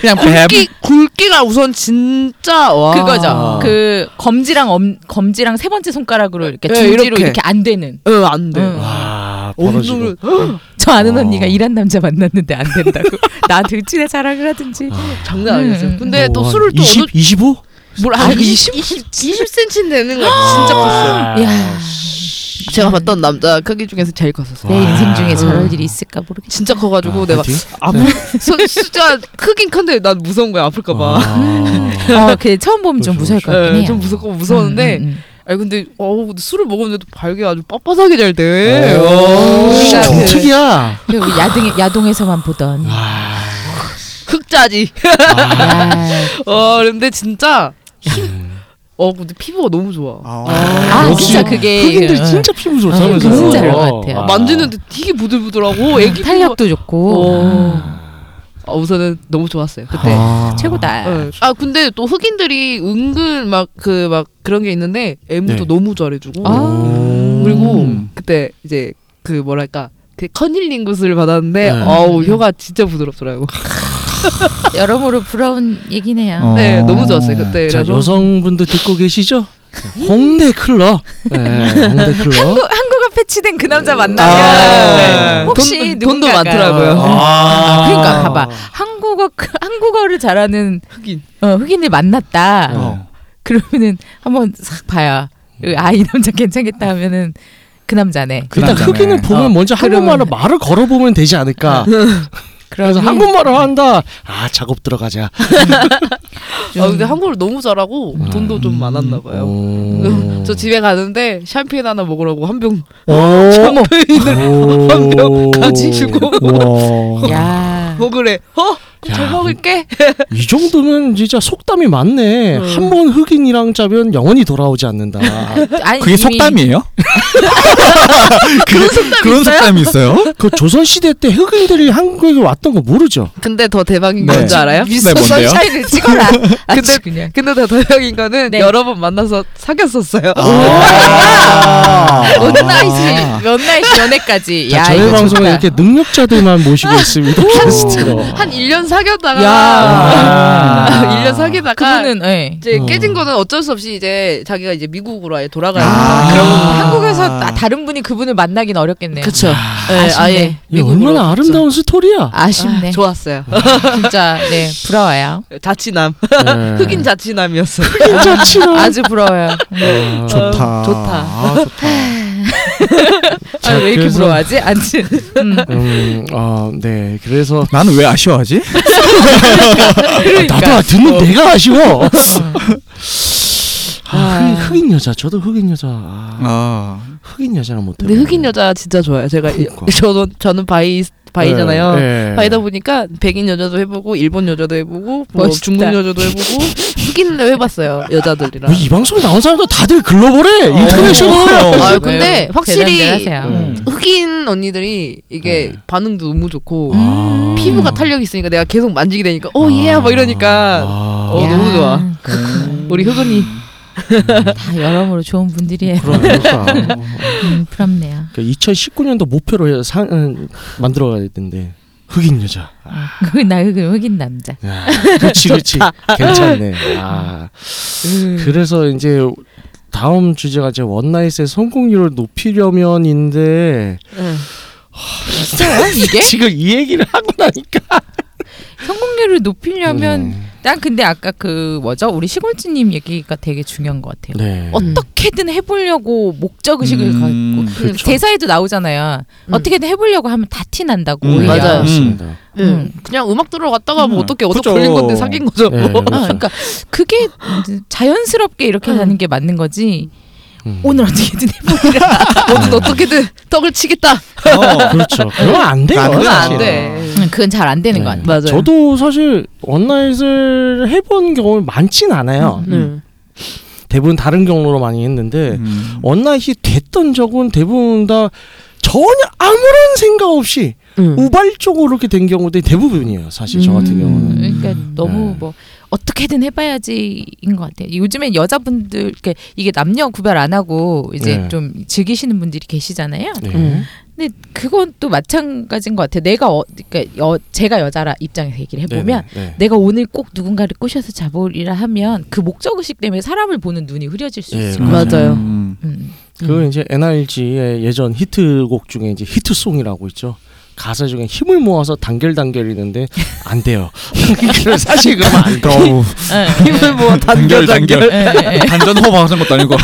S2: 그냥 뱀.
S5: 굵기 굵기가 우선 진짜
S4: 아.
S5: 와
S4: 그거죠. 그 검지랑 엄, 검지랑 세 번째 손가락으로 이렇게
S5: 예,
S4: 중지로 네, 이렇게.
S5: 이렇게.
S4: 안 되는.
S5: 응안돼
S4: 응.
S3: 와 아, 벌어지고
S5: 오늘
S4: 저 아는
S3: 어.
S4: 언니가 일한 남자 만났는데 안 된다고. 나한테 어찌나 자랑을 하든지.
S3: 아,
S5: 장난 아니었어요.
S4: 음,
S5: 근데 또
S3: 뭐한
S5: 술을 또
S2: 20,
S5: 어느
S2: 25?
S5: 뭘아 20 20 20cm 되는 거
S3: 아,
S5: 진짜 컸어요.
S4: 야.
S5: 제가 봤던 남자 크기 중에서 제일 컸었어요.
S4: 내 인생 중에 저럴
S5: 음.
S4: 일이 있을까 모르겠어.
S5: 진짜 커가지고
S3: 아,
S5: 내가
S3: 파이팅?
S5: 아무 수- 숫자 크긴 큰데 난 무서운 거야 아플까봐.
S3: 아.
S4: 어, 그 처음 보면 좀
S3: 그렇죠,
S4: 무서울 것
S3: 그렇죠.
S4: 같긴
S5: 예,
S4: 해요.
S5: 좀 무섭고 무서웠는데
S4: 음, 음, 음.
S5: 아니 근데 어우 근데 술을 먹었는데도 발게 아주 빳빳하게 잘 돼.
S3: 오.
S5: 어.
S3: 진짜
S5: 그러니까 그
S3: 정책이야.
S4: 그리고 우리 야등에 야동에서만 보던. 야.
S5: 흑자지.
S4: 네.
S5: 어 근데 진짜 어 근데 피부가 너무 좋아.
S4: 음. 아,
S3: 역시
S4: 진짜
S5: 예,
S4: 그게
S3: 흑인들 진짜 피부 좋잖아요.
S4: 어,
S3: 저는.
S4: 진짜 그런 것 같아요.
S3: 아.
S5: 만지는데 되게 부들부들하고 애기
S4: 아, 탄력도 좋고
S5: 어. 아, 우선은 너무 좋았어요 그때.
S2: 아.
S4: 최고다.
S5: 예. 아 근데 또 흑인들이 은근 막 그 막 그런게 있는데
S3: 네.
S5: 애무도 너무 잘해주고
S4: 아. 음.
S3: 오.
S5: 그리고 그때 이제 그 뭐랄까 그 커닐링 구슬을 받았는데
S3: 네.
S5: 어우 혀가 진짜 부드럽더라고.
S4: 여러모로 부러운 얘기네요.
S2: 어.
S5: 네 너무 좋았어요 그때.
S3: 자
S5: 그래서
S3: 여성분들 듣고 계시죠? 홍대 클럽. 네, 홍대 클럽.
S4: 한국어 패치된 그 남자 만나면
S5: 아,
S4: 네.
S5: 네.
S4: 혹시
S5: 돈- 돈도
S4: 누군가가-
S5: 많더라고요.
S3: 아.
S4: 그러니까 봐봐 한국어 한국어를 잘하는
S5: 흑인.
S4: 어, 흑인을 만났다.
S2: 어.
S4: 그러면은 한번 싹 봐요. 아이 남자 괜찮겠다 하면은 그 남자네.
S2: 그
S3: 일단
S2: 남자네.
S3: 흑인을 보면
S4: 어,
S3: 먼저
S4: 그러면-
S3: 한국말로 말을 걸어보면 되지 않을까. 그래서
S4: 그러면
S3: 한국말을 한다. 아 작업 들어가자.
S5: 아 근데 한국을 너무 잘하고
S3: 음.
S5: 돈도 좀 많았나
S4: 음.
S5: 봐요.
S3: 오.
S5: 저 집에 가는데 샴페인 하나 먹으라고 한 병
S3: 오.
S5: 샴페인을 한병 가지시고
S2: 와.
S4: 야.
S5: 먹으래. 어? 그럼
S3: 야.
S5: 잘 먹을게.
S3: 이 정도면 진짜 속담이 많네.
S5: 음.
S3: 한 번 흑인이랑 짜면 영원히 돌아오지 않는다.
S4: 아니,
S2: 그게
S4: 이미-
S2: 속담이에요? 그런 속담이 그런 속담이 있어요?
S3: 그 조선 시대 때 흑인들이 한국에 왔던 거 모르죠?
S5: 근데 더 대박인
S2: 네.
S5: 건 뭔지 알아요?
S2: 네, 뭔데요?
S4: 선샤인을 찍어라.
S5: 근데-
S4: 근데 그냥
S5: 근데 더 대박인 거는
S4: 네.
S5: 여러 번 만나서 사귀었었어요.
S2: 아.
S4: 몇
S5: 아.
S4: 날씩 몇 날씩 연애까지.
S3: 자,
S4: 야,
S3: 저희
S4: 이거
S3: 방송은
S4: 좋다.
S3: 이렇게 능력자들만 모시고 있습니다. 어. 아. 게스트로.
S5: 아, 뭐 한 아. 1년 사귀었다가
S3: 야.
S5: 1년 사귀다가
S4: 그분은 예.
S5: 이제
S3: 아. 어.
S5: 깨진 거는 어쩔 수 없이 이제 자기가 이제 미국으로 아예 돌아가야
S2: 아.
S5: 된다.
S4: 그럼
S5: 그런
S4: 한국에서 다, 다른 분이 그분을 만나긴 어렵겠네요.
S5: 그쵸.
S4: 아쉽네.
S5: 네, 아예
S3: 이게
S5: 미국으로.
S3: 얼마나 아름다운 스토리야.
S4: 아쉽네.
S5: 아, 좋았어요.
S4: 진짜 네 부러워요.
S5: 자취남.
S3: 네.
S5: 아, 흑인 자취남이었어요.
S3: 흑인자 치는.
S4: 아주 부러워요.
S3: 아,
S2: 좋다.
S5: 어, 좋다.
S2: 아, 좋다.
S4: 아, 왜 이렇게
S3: 그래서-
S4: 부러워하지? 안지. 음.
S3: 음, 아, 네. 그래서
S2: 나는 왜 아쉬워하지?
S5: 그러니까.
S3: 나도 아, 듣는
S5: 어.
S3: 내가 아쉬워. 아, 흑인, 흑인 여자. 저도 흑인 여자. 아,
S2: 아.
S3: 흑인 여자는 못해.
S5: 근데 흑인 여자 진짜 좋아요. 제가 이-
S3: 그러니까.
S5: 저는 저는 바이 바이잖아요.
S3: 네.
S5: 바이다 보니까 백인 여자도 해보고 일본 여자도 해보고 뭐
S4: 멋있다.
S5: 중국 여자도 해보고 흑인도 해봐어요 여자들이랑.
S3: 뭐이 방송에 나온 사람들 다들 글로벌해.
S5: 어.
S3: 인터내셔널.
S5: 아 근데
S4: 어. 네,
S5: 확실히
S4: 대단하세요.
S2: 음.
S5: 흑인 언니들이
S3: 네.
S5: 이게 반응도 너무 좋고
S3: 아.
S5: 피부가 탄력이 있으니까 내가 계속 만지게 되니까 오 예, 막 이러니까
S3: 아. 음.
S5: 어,
S4: 야,
S5: 너무 좋아.
S4: 크크.
S5: 우리 흑은이
S4: 다 여러모로 좋은 분들이에요.
S3: 그러니까.
S4: 음, 부럽네요.
S3: 그러니까 2019년도 목표로 상 음, 만들어가야 되는데 흑인 여자.
S4: 그, 나 흑인 흑인 남자.
S3: 야, 그렇지 그렇지. 괜찮네. 아. 그래서 이제 다음 주제가 이제 원나잇의 성공률을 높이려면인데
S4: 네.
S5: 어,
S4: 진짜요? 이게
S3: 지금 이 얘기를 하고 나니까
S4: 성공률을 높이려면
S3: 음,
S4: 난 근데 아까 그 뭐죠 우리 시골주님 얘기가 되게 중요한 것 같아요.
S3: 네.
S4: 어떻게든 해보려고 목적 의식을
S2: 음,
S4: 갖고
S3: 그렇죠.
S4: 그 대사에도 나오잖아요.
S5: 음.
S4: 어떻게든 해보려고 하면 다 티 난다고.
S2: 음,
S4: 오히려.
S5: 맞아요.
S3: 맞습니다.
S4: 음.
S5: 그냥 음악 들으러 갔다가 뭐
S2: 음,
S5: 어떻게 어떻게
S2: 그죠.
S5: 걸린 건데 사귄 거죠.
S3: 네,
S5: 뭐.
S4: 어, 그러니까 그게 이제 자연스럽게 이렇게
S5: 음.
S4: 가는 게 맞는 거지.
S3: 음.
S4: 오늘 어떻게든 해보.
S3: 예.
S5: 뭐든 어떻게든 떡을 치겠다.
S2: 어.
S3: 그렇죠. 그건 안 돼요.
S2: 아, 그건
S5: 그건
S2: 사실은.
S5: 안 돼.
S4: 음, 그건 잘 안 되는
S3: 네.
S4: 것 같아.
S5: 맞아요.
S3: 저도 사실 원나잇을 해본 경우 많진 않아요.
S5: 음.
S3: 대부분 다른 경로로 많이 했는데
S2: 음.
S3: 원나잇이 됐던 적은 대부분 다 전혀 아무런 생각 없이
S5: 음.
S3: 우발적으로 이렇게 된 경우들이 대부분이에요. 사실 저 같은
S4: 음,
S3: 경우는.
S4: 그러니까 너무
S3: 네.
S4: 뭐 어떻게든 해봐야지인 것 같아요. 요즘엔 여자분들 이렇게 이게 남녀 구별 안 하고 이제
S3: 네.
S4: 좀 즐기시는 분들이 계시잖아요.
S3: 네.
S5: 음.
S4: 근데 그건 또 마찬가지인 것 같아요. 내가 어, 그러니까 여, 제가 여자라 입장에서 얘기를 해보면
S3: 네, 네.
S4: 내가 오늘 꼭 누군가를 꼬셔서 잡으리라 하면 그 목적 의식 때문에 사람을 보는 눈이 흐려질 수
S3: 예,
S4: 있을 것
S5: 맞아요.
S4: 같아요.
S2: 음.
S4: 음.
S3: 그 이제 NRG의 예전 히트곡 중에 이제 히트송이라고 있죠. 가사 중에 힘을 모아서 단결 단결이 있는데 안 돼요. 사실 그건 안 돼요.
S4: 예, 예.
S5: 뭐 단결 단결.
S4: 예, 예.
S2: 반전 호박하는 것도 아니고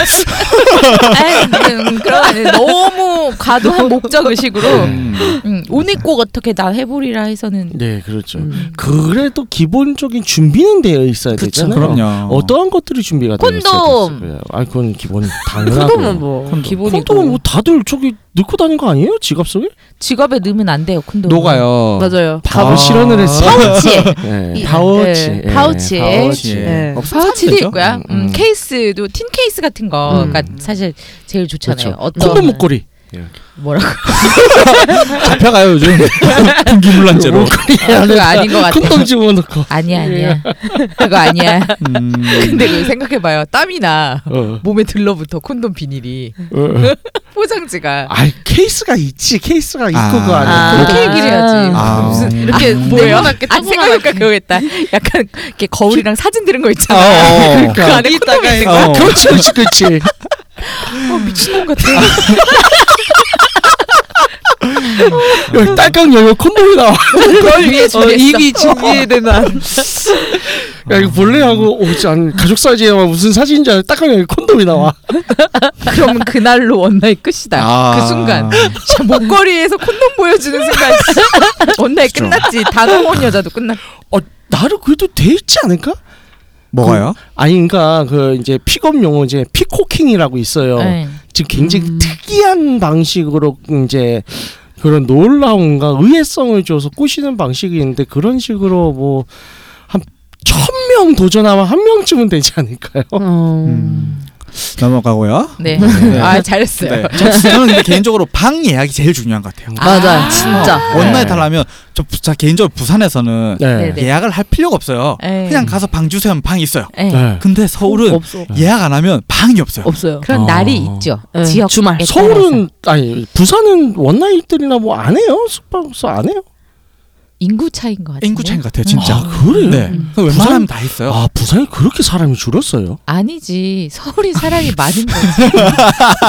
S4: 아이, 음, 그런 너무 과도한 목적 의식으로 음, 오늘 꼭 어떻게 나 해보리라 해서는
S3: 네, 그렇죠.
S5: 음.
S3: 그래도 기본적인 준비는 되어 있어야
S5: 그쵸.
S3: 되잖아요.
S2: 그럼요.
S3: 어떠한 것들이 준비가 되어 있어야
S4: 콘돔!
S3: 됐어요. 아, 그건 기본
S5: 콘돔은
S3: 당연하고.
S5: 뭐
S2: 콘돔.
S5: 기본이고.
S3: 콘돔은 뭐 다들 저기 넣고 다닌 거 아니에요? 지갑 속에?
S4: 지갑에 넣으면 안 돼요 콘돔.
S2: 녹아요.
S5: 맞아요.
S3: 답을
S2: 아.
S3: 실현을 했어요.
S4: 파우치에
S3: 네,
S5: 이-
S3: 파우치.
S5: 네,
S3: 예,
S4: 파우치에.
S3: 파우치에.
S5: 네.
S2: 없으면
S4: 파우치도
S2: 되죠.
S4: 있고요. 음,
S3: 음.
S4: 케이스도 틴 케이스 같은 거가
S3: 음.
S4: 사실 제일
S3: 그렇죠.
S4: 좋잖아요.
S3: 콘돔 목걸이.
S4: 뭐라고?
S2: 잡혀가요 요즘 분기물란죄로.
S4: 아, 그거 아닌 것 같아.
S3: 콘돔 예. 집어넣고.
S4: 아니야 아니야. 그거 아니야.
S2: 음.
S5: 근데 그 생각해봐요. 땀이나
S3: 어.
S5: 몸에 들러붙어 콘돔 비닐이
S3: 어.
S5: 포장지가
S3: 아 케이스가 있지 케이스가 있고
S2: 아.
S3: 그거 아니야.
S5: 그렇게 얘기를 해야지.
S2: 아.
S5: 무슨 이렇게 네모나게
S4: 안
S5: 조그맣게.
S4: 생각해보니까 그거겠다. 약간 이렇게 거울이랑 사진 들은 거
S2: 어,
S4: 있잖아.
S2: 어,
S4: 그 안에 콘돔이 있는 거.
S2: 어.
S3: 아, 그렇지 그렇지 그렇지.
S4: 어, 미친놈 같아.
S3: 여기 딸깍 열면 콘돔이 나와.
S5: 그걸 위해
S4: 준비했어.
S5: 이미 준비된 한
S3: 야 이거 본래하고 오지 않 가족 사진에만 무슨 사진인지 알아. 딸깍 열면 콘돔이 나와.
S4: 그럼 그날로 원나잇 끝이다.
S2: 아.
S4: 그 순간 진짜 목걸이에서 콘돔 보여주는 순간 진짜 원나잇 끝났지. 단호한 여자도 끝났.
S3: 어 나를 그래도 돼 있지 않을까?
S2: 뭐가요?
S3: 아니 그러니까 그 이제 픽업 용어 이제 피코킹이라고 있어요.
S4: 네.
S3: 지금 굉장히 특이한 방식으로 이제 그런 놀라움과 의외성을 줘서 꼬시는 방식이 있는데 그런 식으로 뭐 한 천 명 도전하면 한 명쯤은 되지 않을까요?
S5: 어.
S2: 음. 넘어가고요.
S4: 네.
S2: 네.
S4: 아 잘했어요.
S2: 네. 저- 저는 근데 개인적으로 방 예약이 제일 중요한 것 같아요. 어,
S5: 맞아 진짜
S2: 원나잇
S3: 네.
S2: 하려면 저 부- 자, 개인적으로 부산에서는
S3: 네.
S4: 네.
S2: 예약을 할 필요가 없어요.
S4: 네.
S2: 그냥 가서 방 주세요 하면 방이 있어요.
S4: 네.
S3: 네.
S2: 근데 서울은
S5: 없어
S2: 예약 안 하면 방이 없어요.
S5: 없어요.
S4: 그런
S3: 어.
S4: 날이 있죠.
S5: 네.
S4: 지역
S5: 주말.
S3: 서울은 아니 부산은 원나잇들이나 뭐 안 해요 숙박업소 안 해요.
S4: 인구 차인 것 같아요.
S2: 인구 차인 것 같아요, 진짜.
S3: 아 그래요?
S2: 네.
S4: 음.
S2: 그래서 웬만하면 다 있어요.
S3: 아 부산이 그렇게 사람이 줄었어요?
S4: 아니지. 서울이 사람이 많은 거지.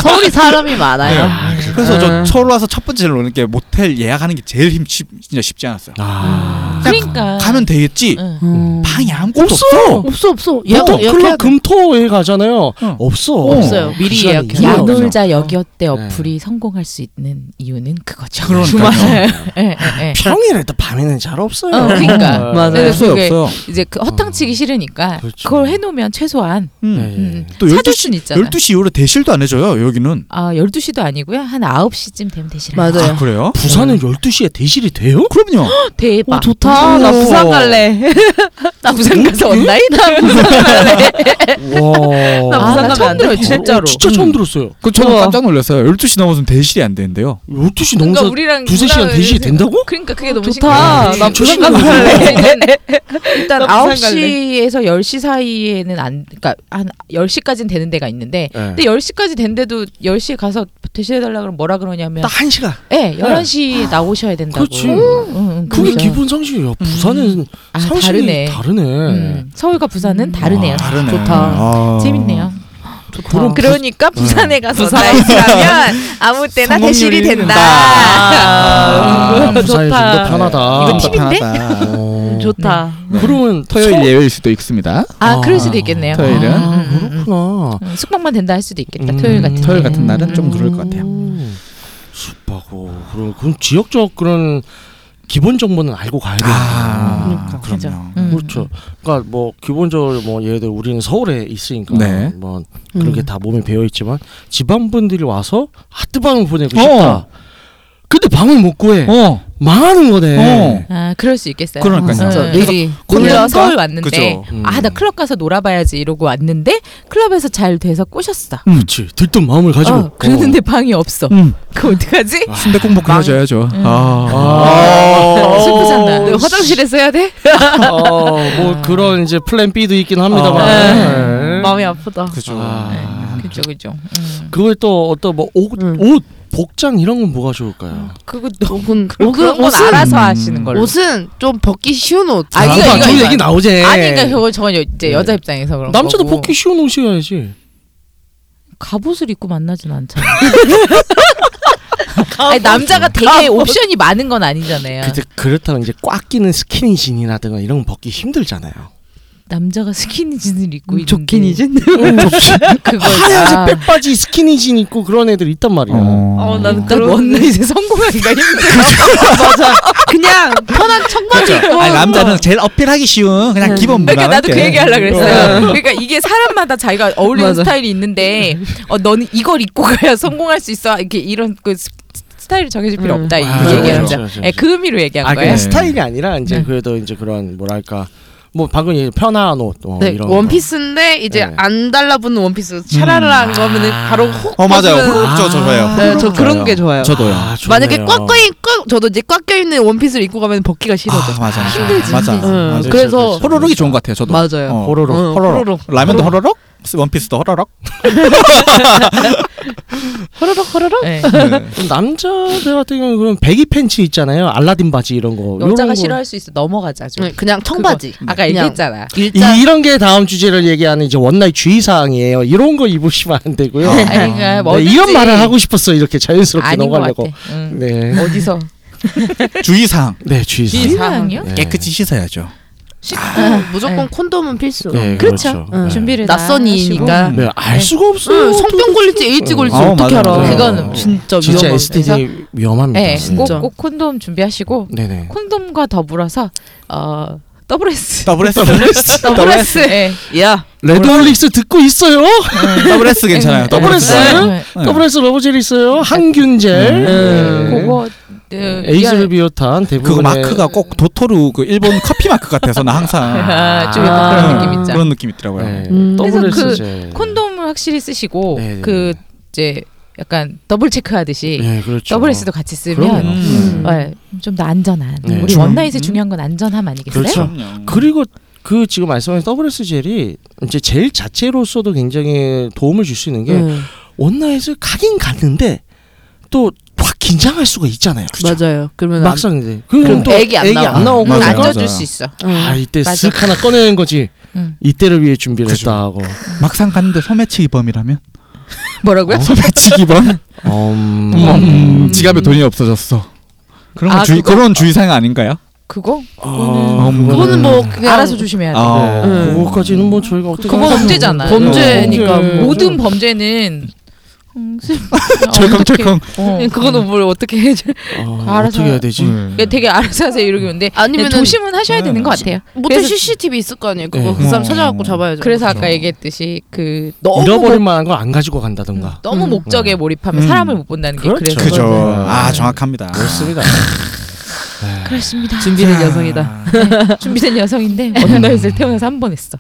S5: 서울이 사람이
S4: 네.
S5: 많아요.
S2: 그래서 저 서울 와서 첫 번째로 오는 게 모텔 예약하는 게 제일 힘 쉽- 진짜 쉽지 않았어요.
S3: 아
S4: 그러니까
S2: 가면 되겠지.
S4: 응.
S5: 음.
S2: 방이 아무것도 없어.
S3: 없어.
S5: 없어 없어 예약
S3: 보통
S5: 예약
S3: 클럽 금토에 가잖아요.
S2: 응.
S3: 없어.
S5: 없어요. 미리
S3: 시간이
S5: 예약해서.
S3: 이해가
S5: 없어.
S4: 야놀자 여기어때 어플이
S3: 네.
S4: 성공할 수 있는 이유는 그거죠.
S2: 그러니까요.
S4: 주말에.
S3: 네.
S4: 예, 예, 예.
S3: 평일에 또 밤에는 잘 없어요. 네.
S4: 어, 그러니까.
S5: 맞아요.
S2: 없어요,
S4: 그게-
S2: 없어요.
S4: 이제 그 허탕치기 싫으니까 그
S3: 그렇죠.
S4: 걸 해놓으면 최소한
S2: 음.
S3: 네.
S4: 음.
S2: 또
S4: 찾을
S2: 12시,
S4: 순 있잖아.
S2: 12시 이후로 대실도 안 해줘요, 여기는.
S4: 아 12시도 아니고요. 한 9시쯤 되면 되시라.
S5: 맞아. 맞아요.
S2: 아, 그래요? 어,
S3: 부산은 12시에 대실이 돼요?
S2: 그럼요.
S4: 대박. 음,
S5: 좋다 나
S2: 오.
S5: 부산 갈래
S4: 나 부산 가서
S3: 응?
S4: 온라인?
S3: 와.
S5: 나 부산
S4: 나
S5: 가면
S4: 처음
S5: 안 돼?
S4: 들어요, 진짜로.
S3: 어, 진짜 처음 들었어요.
S2: 그 저는
S5: 우와.
S2: 깜짝 놀랐어요. 12시 넘어서면 대실이 안 되는데요.
S3: 12시
S4: 그러니까
S3: 넘어서
S4: 우리랑
S3: 두세 시간 네
S4: 누나가
S3: 대시에
S4: 이제-
S3: 된다고?
S4: 그러니까 그게 너무
S5: 좋다
S4: 신기해. 음.
S5: 나 부산 가면
S3: 음.
S5: 갈래
S4: 일단
S5: 나 부산
S4: 9시에서 10시 사이에는 안 그러니까 한 10시까지는 되는 데가 있는데
S3: 네.
S4: 근데 10시까지 된데도 10시에 가서 대시해 달라 그러면 뭐라 그러냐면
S3: 딱 1시간.
S4: 예, 네, 11시에 나오셔야 된다고.
S3: 그렇지.
S4: 응, 응,
S3: 그게
S4: 음, 그러죠.
S3: 기본 상식이야. 부산은
S4: 그러니까. 아,
S3: 상식이
S4: 다르네.
S3: 다르네.
S4: 음, 서울과 부산은 다르네요.
S2: 아, 다르네.
S4: 좋다.
S2: 아.
S4: 재밌네요.
S3: 그럼 부-
S4: 그러니까 부산에 가서 나이트하면 아무 때나
S2: 성공률이
S4: 대실이 된다. 음,
S2: 아,
S3: 아, 부산이 좀 더 편하다.
S4: 이거 팁이- 팁인데?
S3: 어.
S5: 좋다
S3: 그러면 서-
S2: 예외일 수도 있습니다.
S4: 아,
S3: 아,
S4: 그럴 수도 있겠네요.
S2: 토요일은?
S4: 아,
S3: 아,
S4: 음, 음,
S3: 그렇구나.
S4: 음. 숙박만 된다 할 수도 있겠다.
S3: 음,
S4: 토요일 같은
S2: 토요일
S4: 날.
S2: 같은 날은 좀 그럴 것 같아요.
S3: 음. 숙박고 그럼 그럼 지역적 그런 기본 정보는 알고 가야 돼요.
S2: 아,
S4: 그러니까.
S2: 그럼요.
S4: 음.
S3: 그렇죠. 그러니까 뭐 기본적으로 뭐 예를 들어 우리는 서울에 있으니까
S2: 네.
S3: 뭐 그런
S5: 음.
S3: 게 다 몸에 배어 있지만 지방 분들이 와서 하트방을 보내고
S2: 어.
S3: 싶다. 근데 방을 못 구해.
S2: 어.
S3: 망하는 거네.
S2: 어.
S4: 아 그럴 수 있겠어요.
S2: 그러니까요.
S4: 어,
S5: 진짜
S4: 어.
S5: 미리
S4: 몰라
S5: 고민할까?
S4: 서울 왔는데
S6: 그죠.
S3: 음.
S4: 아 나 클럽 가서 놀아봐야지 이러고 왔는데 클럽에서 잘 돼서 꼬셨어.
S3: 그렇지. 들뜬 마음을 가지고.
S4: 어, 그랬는데 방이 없어.
S2: 음.
S4: 그럼 어떡하지?
S2: 침대 공복 해줘야죠. 아,
S3: 어. 아.
S4: 슬프잖아.
S5: 네, 화장실에서 해야 돼?
S3: 어, 뭐 그런 이제 플랜 B도 있긴
S2: 어.
S3: 합니다만. 네.
S5: 마음이 아프다.
S6: 그죠.
S3: 아.
S4: 그죠 그죠. 음.
S3: 그걸 또 어떤 뭐옷
S5: 음.
S3: 옷, 복장 이런 건 뭐가 좋을까요?
S4: 그거 너무
S5: 그건
S4: 어, 그런 건
S5: 옷은
S4: 알아서 하시는 걸로.
S5: 옷은 좀 벗기 쉬운 옷.
S4: 아, 이거,
S3: 봐,
S4: 이거,
S3: 저기
S4: 이거.
S3: 얘기 나오지.
S4: 아니 그러니까 저건 저건 여- 이제 여자 입장에서 그런
S3: 네. 남자도
S4: 거고.
S3: 벗기 쉬운 옷이어야지.
S4: 갑옷을 입고 만나진 않잖아. 아니, 남자가 되게 옵션이 많은 건 아니잖아요.
S3: 근데 그렇다면 이제 꽉 끼는 스키니진이라든가 이런 건 벗기 힘들잖아요.
S4: 남자가 스키니진을 입고 있는데
S2: 음.
S4: 그걸
S3: 음, 하얀색
S4: 다-
S3: 백바지 스키니진 입고 그런 애들 있단 말이야.
S5: 어, 난
S4: 난
S5: 그런
S4: 원나잇에 아, 성공하기가 힘들어.
S5: 그냥 편한 청바지 입고
S2: 아니, 남자는 제일 어필하기 쉬운 그냥
S5: 네.
S2: 기본 문화.
S4: 그러니까 나도 그 얘기 하려고
S5: 어.
S4: 그랬어요. 그러니까 이게 사람마다 자기가 어울리는
S5: 맞아.
S4: 스타일이 있는데 어, 너는 이걸 입고 가야 성공할 수 있어. 이렇게 이런 그 스- 스타일이 정해질 필요
S5: 음.
S4: 없다.
S3: 아,
S4: 이
S3: 그렇죠,
S4: 얘기하는
S3: 그렇죠,
S4: 거죠.
S3: 그렇죠.
S4: 예, 그 의미로 얘기한
S3: 아 그냥
S4: 거예요.
S2: 네.
S3: 스타일이 아니라 이제
S4: 네.
S3: 그래도 이제 그런 뭐랄까 뭐 방금 얘기 편한 옷 어,
S5: 네,
S3: 이런
S5: 원피스인데 이제
S3: 네.
S5: 안 달라붙는 원피스 차라라한 거면은 바로 훅
S6: 어 맞아요.
S5: 벗으면-
S6: 훅 저, 저예요.
S5: 네, 저 그런 게 좋아요.
S2: 저도요.
S3: 아, 좋네요.
S5: 만약에 꽉 껴인 꽉 저도 이제 꽉 껴있는 원피스를 입고 가면 벗기가 싫어져.
S2: 아, 맞아.
S4: 힘들지,
S2: 맞아.
S5: 응,
S4: 힘들지.
S2: 맞아.
S5: 음, 그렇죠, 그래서-
S2: 호로록이 좋은 것 같아요. 저도.
S5: 맞아요.
S2: 어.
S3: 호로록.
S5: 응,
S2: 호로록.
S5: 호로록.
S2: 라면도 호로록, 원피스도 호로록.
S5: 호로록 호로록.
S4: 예.
S2: 네.
S3: 그럼 네. 남자들 같은 경우는 그럼 배기 팬츠 있잖아요. 알라딘 바지 이런 거. 이런
S4: 여자가
S3: 거.
S4: 싫어할 수 있어. 넘어가자. 좀.
S5: 네, 그냥 청바지.
S4: 아까
S5: 그냥
S4: 얘기했잖아.
S5: 일자.
S3: 이, 이런 게 다음 주제를 얘기하는 이제 원나잇 주의 사항이에요. 이런 거 입으시면 안 되고요.
S4: 아니, 그러니까
S3: 네,
S4: 뭐든지
S3: 이런 말을 하고 싶었어 이렇게 자연스럽게
S4: 아닌 것 같아. 음.
S3: 넘어가려고.
S4: 응.
S3: 네.
S4: 어디서
S2: 주의사항.
S3: 네, 주의 사항.
S5: 주의
S4: 사항이요?
S3: 네.
S2: 깨끗이 씻어야죠.
S5: 씻고 무조건 콘돔은 필수.
S3: 네,
S4: 그렇죠.
S3: 아, 그렇죠. 네.
S4: 준비를 다
S5: 낯선이니까.
S3: 네, 알
S4: 네.
S3: 수가 없어요.
S5: 응, 성병 걸릴지 일찍 걸릴지
S2: 어,
S5: 어떻게
S2: 맞아,
S5: 알아?
S4: 하시고.
S3: 맞아.
S5: 그거는
S4: 그거는
S3: 네.
S4: 음, 진짜 위험한
S3: 진짜
S4: 그래서
S3: STD 위험합니다.
S4: 네,
S5: 진짜.
S4: 꼭꼭 콘돔 준비하시고
S3: 음, 네네.
S4: 콘돔과 더불어서 어 더블 S
S2: 더블 S. 더블 S.
S4: 더블 S 예.
S5: 야,
S3: 레드홀릭스 듣고 있어요?
S2: 더블 S 괜찮아요. 더블
S3: 더블
S2: S.
S3: S?
S4: 네.
S3: 더블에스 러브젤 있어요. 항균젤.
S5: 음.
S3: 네.
S4: 그거 네,
S3: 에이즈를
S4: 위안-
S3: 비롯한 대부분의
S2: 그거
S3: 네.
S2: 마크가 꼭 도토루 그 일본 커피 마크 같아서 나 항상
S4: 아, 좀
S3: 아.
S4: 약간 그런 느낌
S2: 음,
S4: 있죠.
S2: 그런 느낌 있더라고요.
S3: 네.
S5: 음.
S4: 그래서 그
S3: 더블에스젤.
S4: 콘돔을 확실히 쓰시고
S3: 네, 네,
S4: 그 이제 약간 더블 체크하듯이
S3: 네, 그렇죠.
S4: 더블 S도 같이 쓰면
S3: 그럼요.
S2: 음.
S5: 음.
S4: 네, 좀더 안전한
S3: 네.
S4: 우리
S3: 그렇죠.
S4: 원나잇에 중요한 건 안전함 아니겠어요?
S3: 그렇죠.
S2: 음.
S3: 그리고 그 지금 말씀하신 더블에스 젤이 이제 젤 자체로서도 굉장히 도움을 줄 수 있는 게
S5: 음.
S3: 원나잇을 가긴 갔는데 또 확 긴장할 수가 있잖아요.
S5: 맞아요. 그러면 안-
S3: 막상 이제 그럼 또
S5: 애기 안 나와.
S3: 나오고
S2: 맞아요.
S3: 그러니까
S4: 앉아줄 수 있어.
S5: 음.
S3: 아 이때
S4: 맞아.
S3: 쓱 하나 꺼내는 거지.
S4: 응.
S3: 이때를 위해 준비를
S2: 그죠.
S3: 했다 하고.
S2: 막상 갔는데 소매치기 범이라면?
S3: 어?
S4: 뭐라고요?
S2: 소매치기 범?
S3: 음.
S2: 음, 지갑에 돈이 없어졌어. 그런 건
S4: 아,
S2: 주의,
S4: 그거?
S2: 그런 주의사항 아닌가요?
S4: 그거
S3: 아,
S2: 음.
S5: 그거는 뭐 그냥
S4: 알아서 조심해야 돼.
S2: 아,
S3: 네.
S5: 음.
S3: 그거까지는 뭐 저희가 어떻게
S4: 그건
S3: 하는 어,
S4: 범죄잖아요.
S3: 거죠. 네.
S5: 범죄니까 뭐.
S3: 범죄.
S4: 모든 범죄는 음, 슬- 어,
S2: 철컹철컹.
S4: 어떡해. 어.
S3: 음.
S5: 그거는 뭘 어떻게 해줘?
S3: 아,
S4: 알아서-
S3: 어떻게 해야 되지?
S2: 음.
S4: 그러니까 되게 알아서 하세요 이러고 있는데
S5: 아니면은-
S4: 조심은 하셔야
S3: 음.
S4: 되는 것 같아요.
S5: 모텔
S4: 그래서-
S5: CCTV 있을 거 아니에요. 그거
S3: 네.
S5: 그 사람
S2: 어.
S5: 찾아갖고 잡아야죠.
S4: 그래서
S3: 음.
S4: 아까 얘기했듯이 그 너무
S3: 잃어버릴 만한 거 안 가지고 간다던가.
S4: 너무
S5: 뭐. 음.
S4: 목적에
S3: 음.
S4: 몰입하면
S2: 음.
S4: 사람을 못 본다는 게
S3: 그렇죠.
S4: 그래서
S2: 그죠.
S3: 그거는-
S2: 아 정확합니다.
S3: 그렇습니다.
S4: 그렇습니다.
S5: 준비된 여성이다.
S4: 준비된 여성인데
S3: 음.
S4: 원나잇을 태어나서 한 번 했어.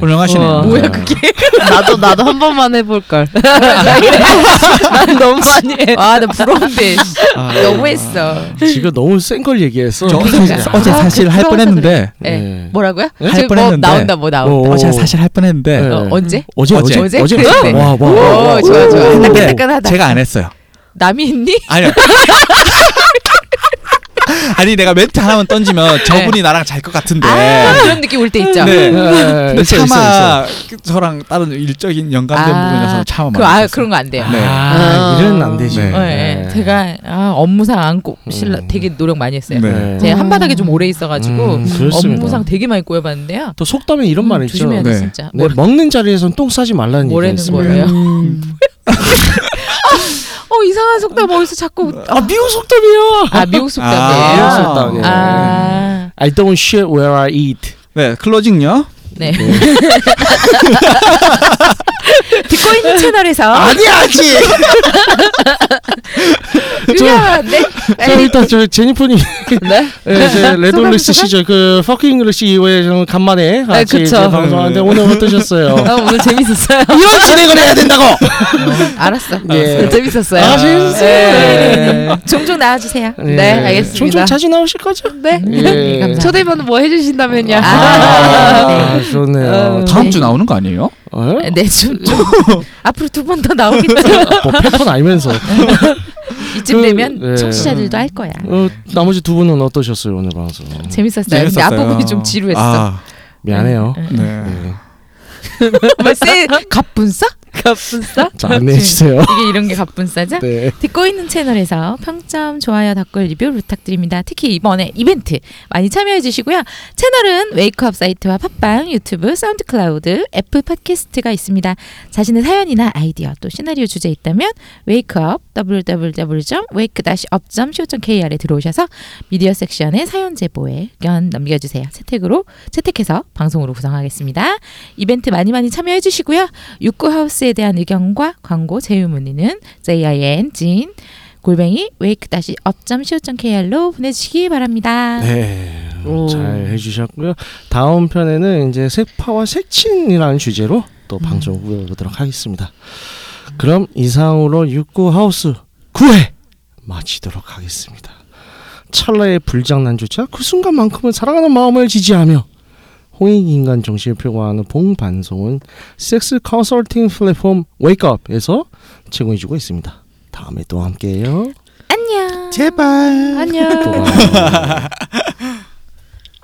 S2: 훌륭하시네요.
S5: 어.
S4: 뭐야
S3: 네.
S4: 그게?
S5: 나도 나도 한 번만 해볼 걸. 난 너무 많이 해.
S4: 아나 부러운데
S2: 아,
S4: 너무했어.
S3: 지금 너무 센 걸 얘기했어.
S2: 저 어제, 어제 사실 할 뻔했는데
S4: 예.
S3: 네.
S4: 뭐라고요?
S2: 할
S4: 저기 뭐
S2: 뻔했는데.
S4: 나온다 뭐 나온다.
S3: 뭐-
S2: 어제 사실 할 뻔했는데
S3: 네.
S4: 어, 언제?
S3: 어제 어제
S4: 어제?
S3: 어제
S4: 그래요?
S2: 네,
S3: 했어요. 와, 와, 와, 와.
S4: 오 좋아 좋아.
S2: 근데
S4: 따끈따끈하다.
S2: 제가 안 했어요.
S4: 남이 했니?
S2: 아니요. 아니 내가 멘트 하나만 던지면 저분이 나랑 잘 것 같은데.
S4: 아 그런 느낌 올 때 있죠.
S2: 네.
S3: 네,
S2: 근데
S3: 있어요, 있어요, 있어요.
S2: 차마 저랑 다른 일적인 연관된
S4: 아,
S2: 부분이라서 차마
S4: 그, 아
S2: 많이
S4: 그런 거 안 돼요.
S2: 네.
S3: 아,
S5: 아.
S3: 이런 안 되지.
S2: 네.
S4: 어, 예. 제가 아, 업무상 안고 실라
S3: 음.
S4: 되게 노력 많이 했어요.
S2: 네.
S4: 제가 한바닥에 좀 오래 있어가지고
S3: 음, 그렇습니다.
S4: 업무상 되게 많이 꼬여봤는데요.
S3: 또 속담에 이런 말 있죠.
S4: 음, 조심해야 돼
S2: 네.
S4: 진짜.
S3: 네, 먹는 자리에선 똥 싸지 말라는 얘기가
S4: 뭐라는
S3: 있습니다.
S4: 거예요?
S5: 음.
S4: 어 이상한 속담 어디서 자꾸
S3: 아 미국 속담이야.
S4: 아 미국
S2: 아,
S3: 미국
S4: 속담이에요.
S3: 속담이에요.
S4: 아,
S3: I don't shit where I eat.
S2: 네 클로징요.
S4: 네. 듣고 있는 채널에서
S2: 아니야 아직.
S4: 그냥 네.
S3: 저 일단 저 제니퍼님
S5: 네?
S3: 네, 이제 레돌리스
S4: 소감?
S3: 시절 그 퍼킹 잉글리시 이후에 좀
S4: 네,
S3: 간만에 같이
S5: 그쵸.
S3: 이제 방송하는데
S2: 네.
S3: 오늘 어떠셨어요?
S5: 아, 오늘 재밌었어요.
S3: 이런 진행을 해야 된다고.
S5: 알았어.
S3: 예.
S5: 재밌었어요.
S3: 아, 재밌었어요.
S5: 네.
S4: 네, 종종 나와주세요.
S3: 예.
S5: 네, 알겠습니다.
S3: 종종 자주 나오실 거죠?
S5: 네.
S3: 예.
S4: 감사합니다.
S5: 초대번호 뭐 해주신다면요.
S3: 아,
S4: 아,
S3: 아, 좋네요.
S5: 어.
S2: 다음 주 나오는 거 아니에요?
S3: 어?
S4: 네, 좀, 좀 앞으로 두 번 더 나오겠죠.
S3: 뭐 패턴 알면서.
S4: 이쯤
S3: 그,
S4: 되면
S3: 네.
S4: 청취자들도 알 거야.
S3: 어, 나머지 두 분은 어떠셨어요 오늘 방송?
S4: 네, 재밌었어요. 근데 앞부분이 좀 지루했어. 뭐,
S2: 아,
S3: 미안해요.
S2: 네.
S3: 네.
S4: 뭐세 갑분싸?
S5: 갑분싸?
S3: 자 안내해 주세요.
S4: 이게 이런 게 갑분싸죠?
S3: 네.
S4: 듣고 있는 채널에서 평점, 좋아요, 댓글 리뷰 부탁드립니다. 특히 이번에 이벤트 많이 참여해 주시고요. 채널은 웨이크업 사이트와 팟빵, 유튜브, 사운드클라우드, 애플 팟캐스트가 있습니다. 자신의 사연이나 아이디어 또 시나리오 주제 있다면 웨이크업 www.wake-up.co.kr에 들어오셔서 미디어 섹션의 사연 제보에 의견 남겨주세요. 채택으로 채택해서 방송으로 구성하겠습니다. 이벤트 많이 많이 참여해 주시고요. 육구하우스에 대한 의견과 광고 제휴 문의는 JIN 진 골뱅이 wake-up.co.kr로 보내주시기 바랍니다.
S3: 네.
S5: 오.
S3: 잘 해주셨고요. 다음 편에는 이제 색파와 색친이라는 주제로 또 방송 꾸려보도록 하겠습니다. 그럼 이상으로 육구 하우스 9회 마치도록 하겠습니다. 찰나의 불장난조차 그 순간만큼은 사랑하는 마음을 지지하며 홍익인간 정신을 표방하는 봉반송은 섹스 컨설팅 플랫폼 웨이크업에서 제공해주고 있습니다. 다음에 또 함께해요.
S4: 안녕.
S2: 제발.
S4: 안녕.
S3: 또 봐요.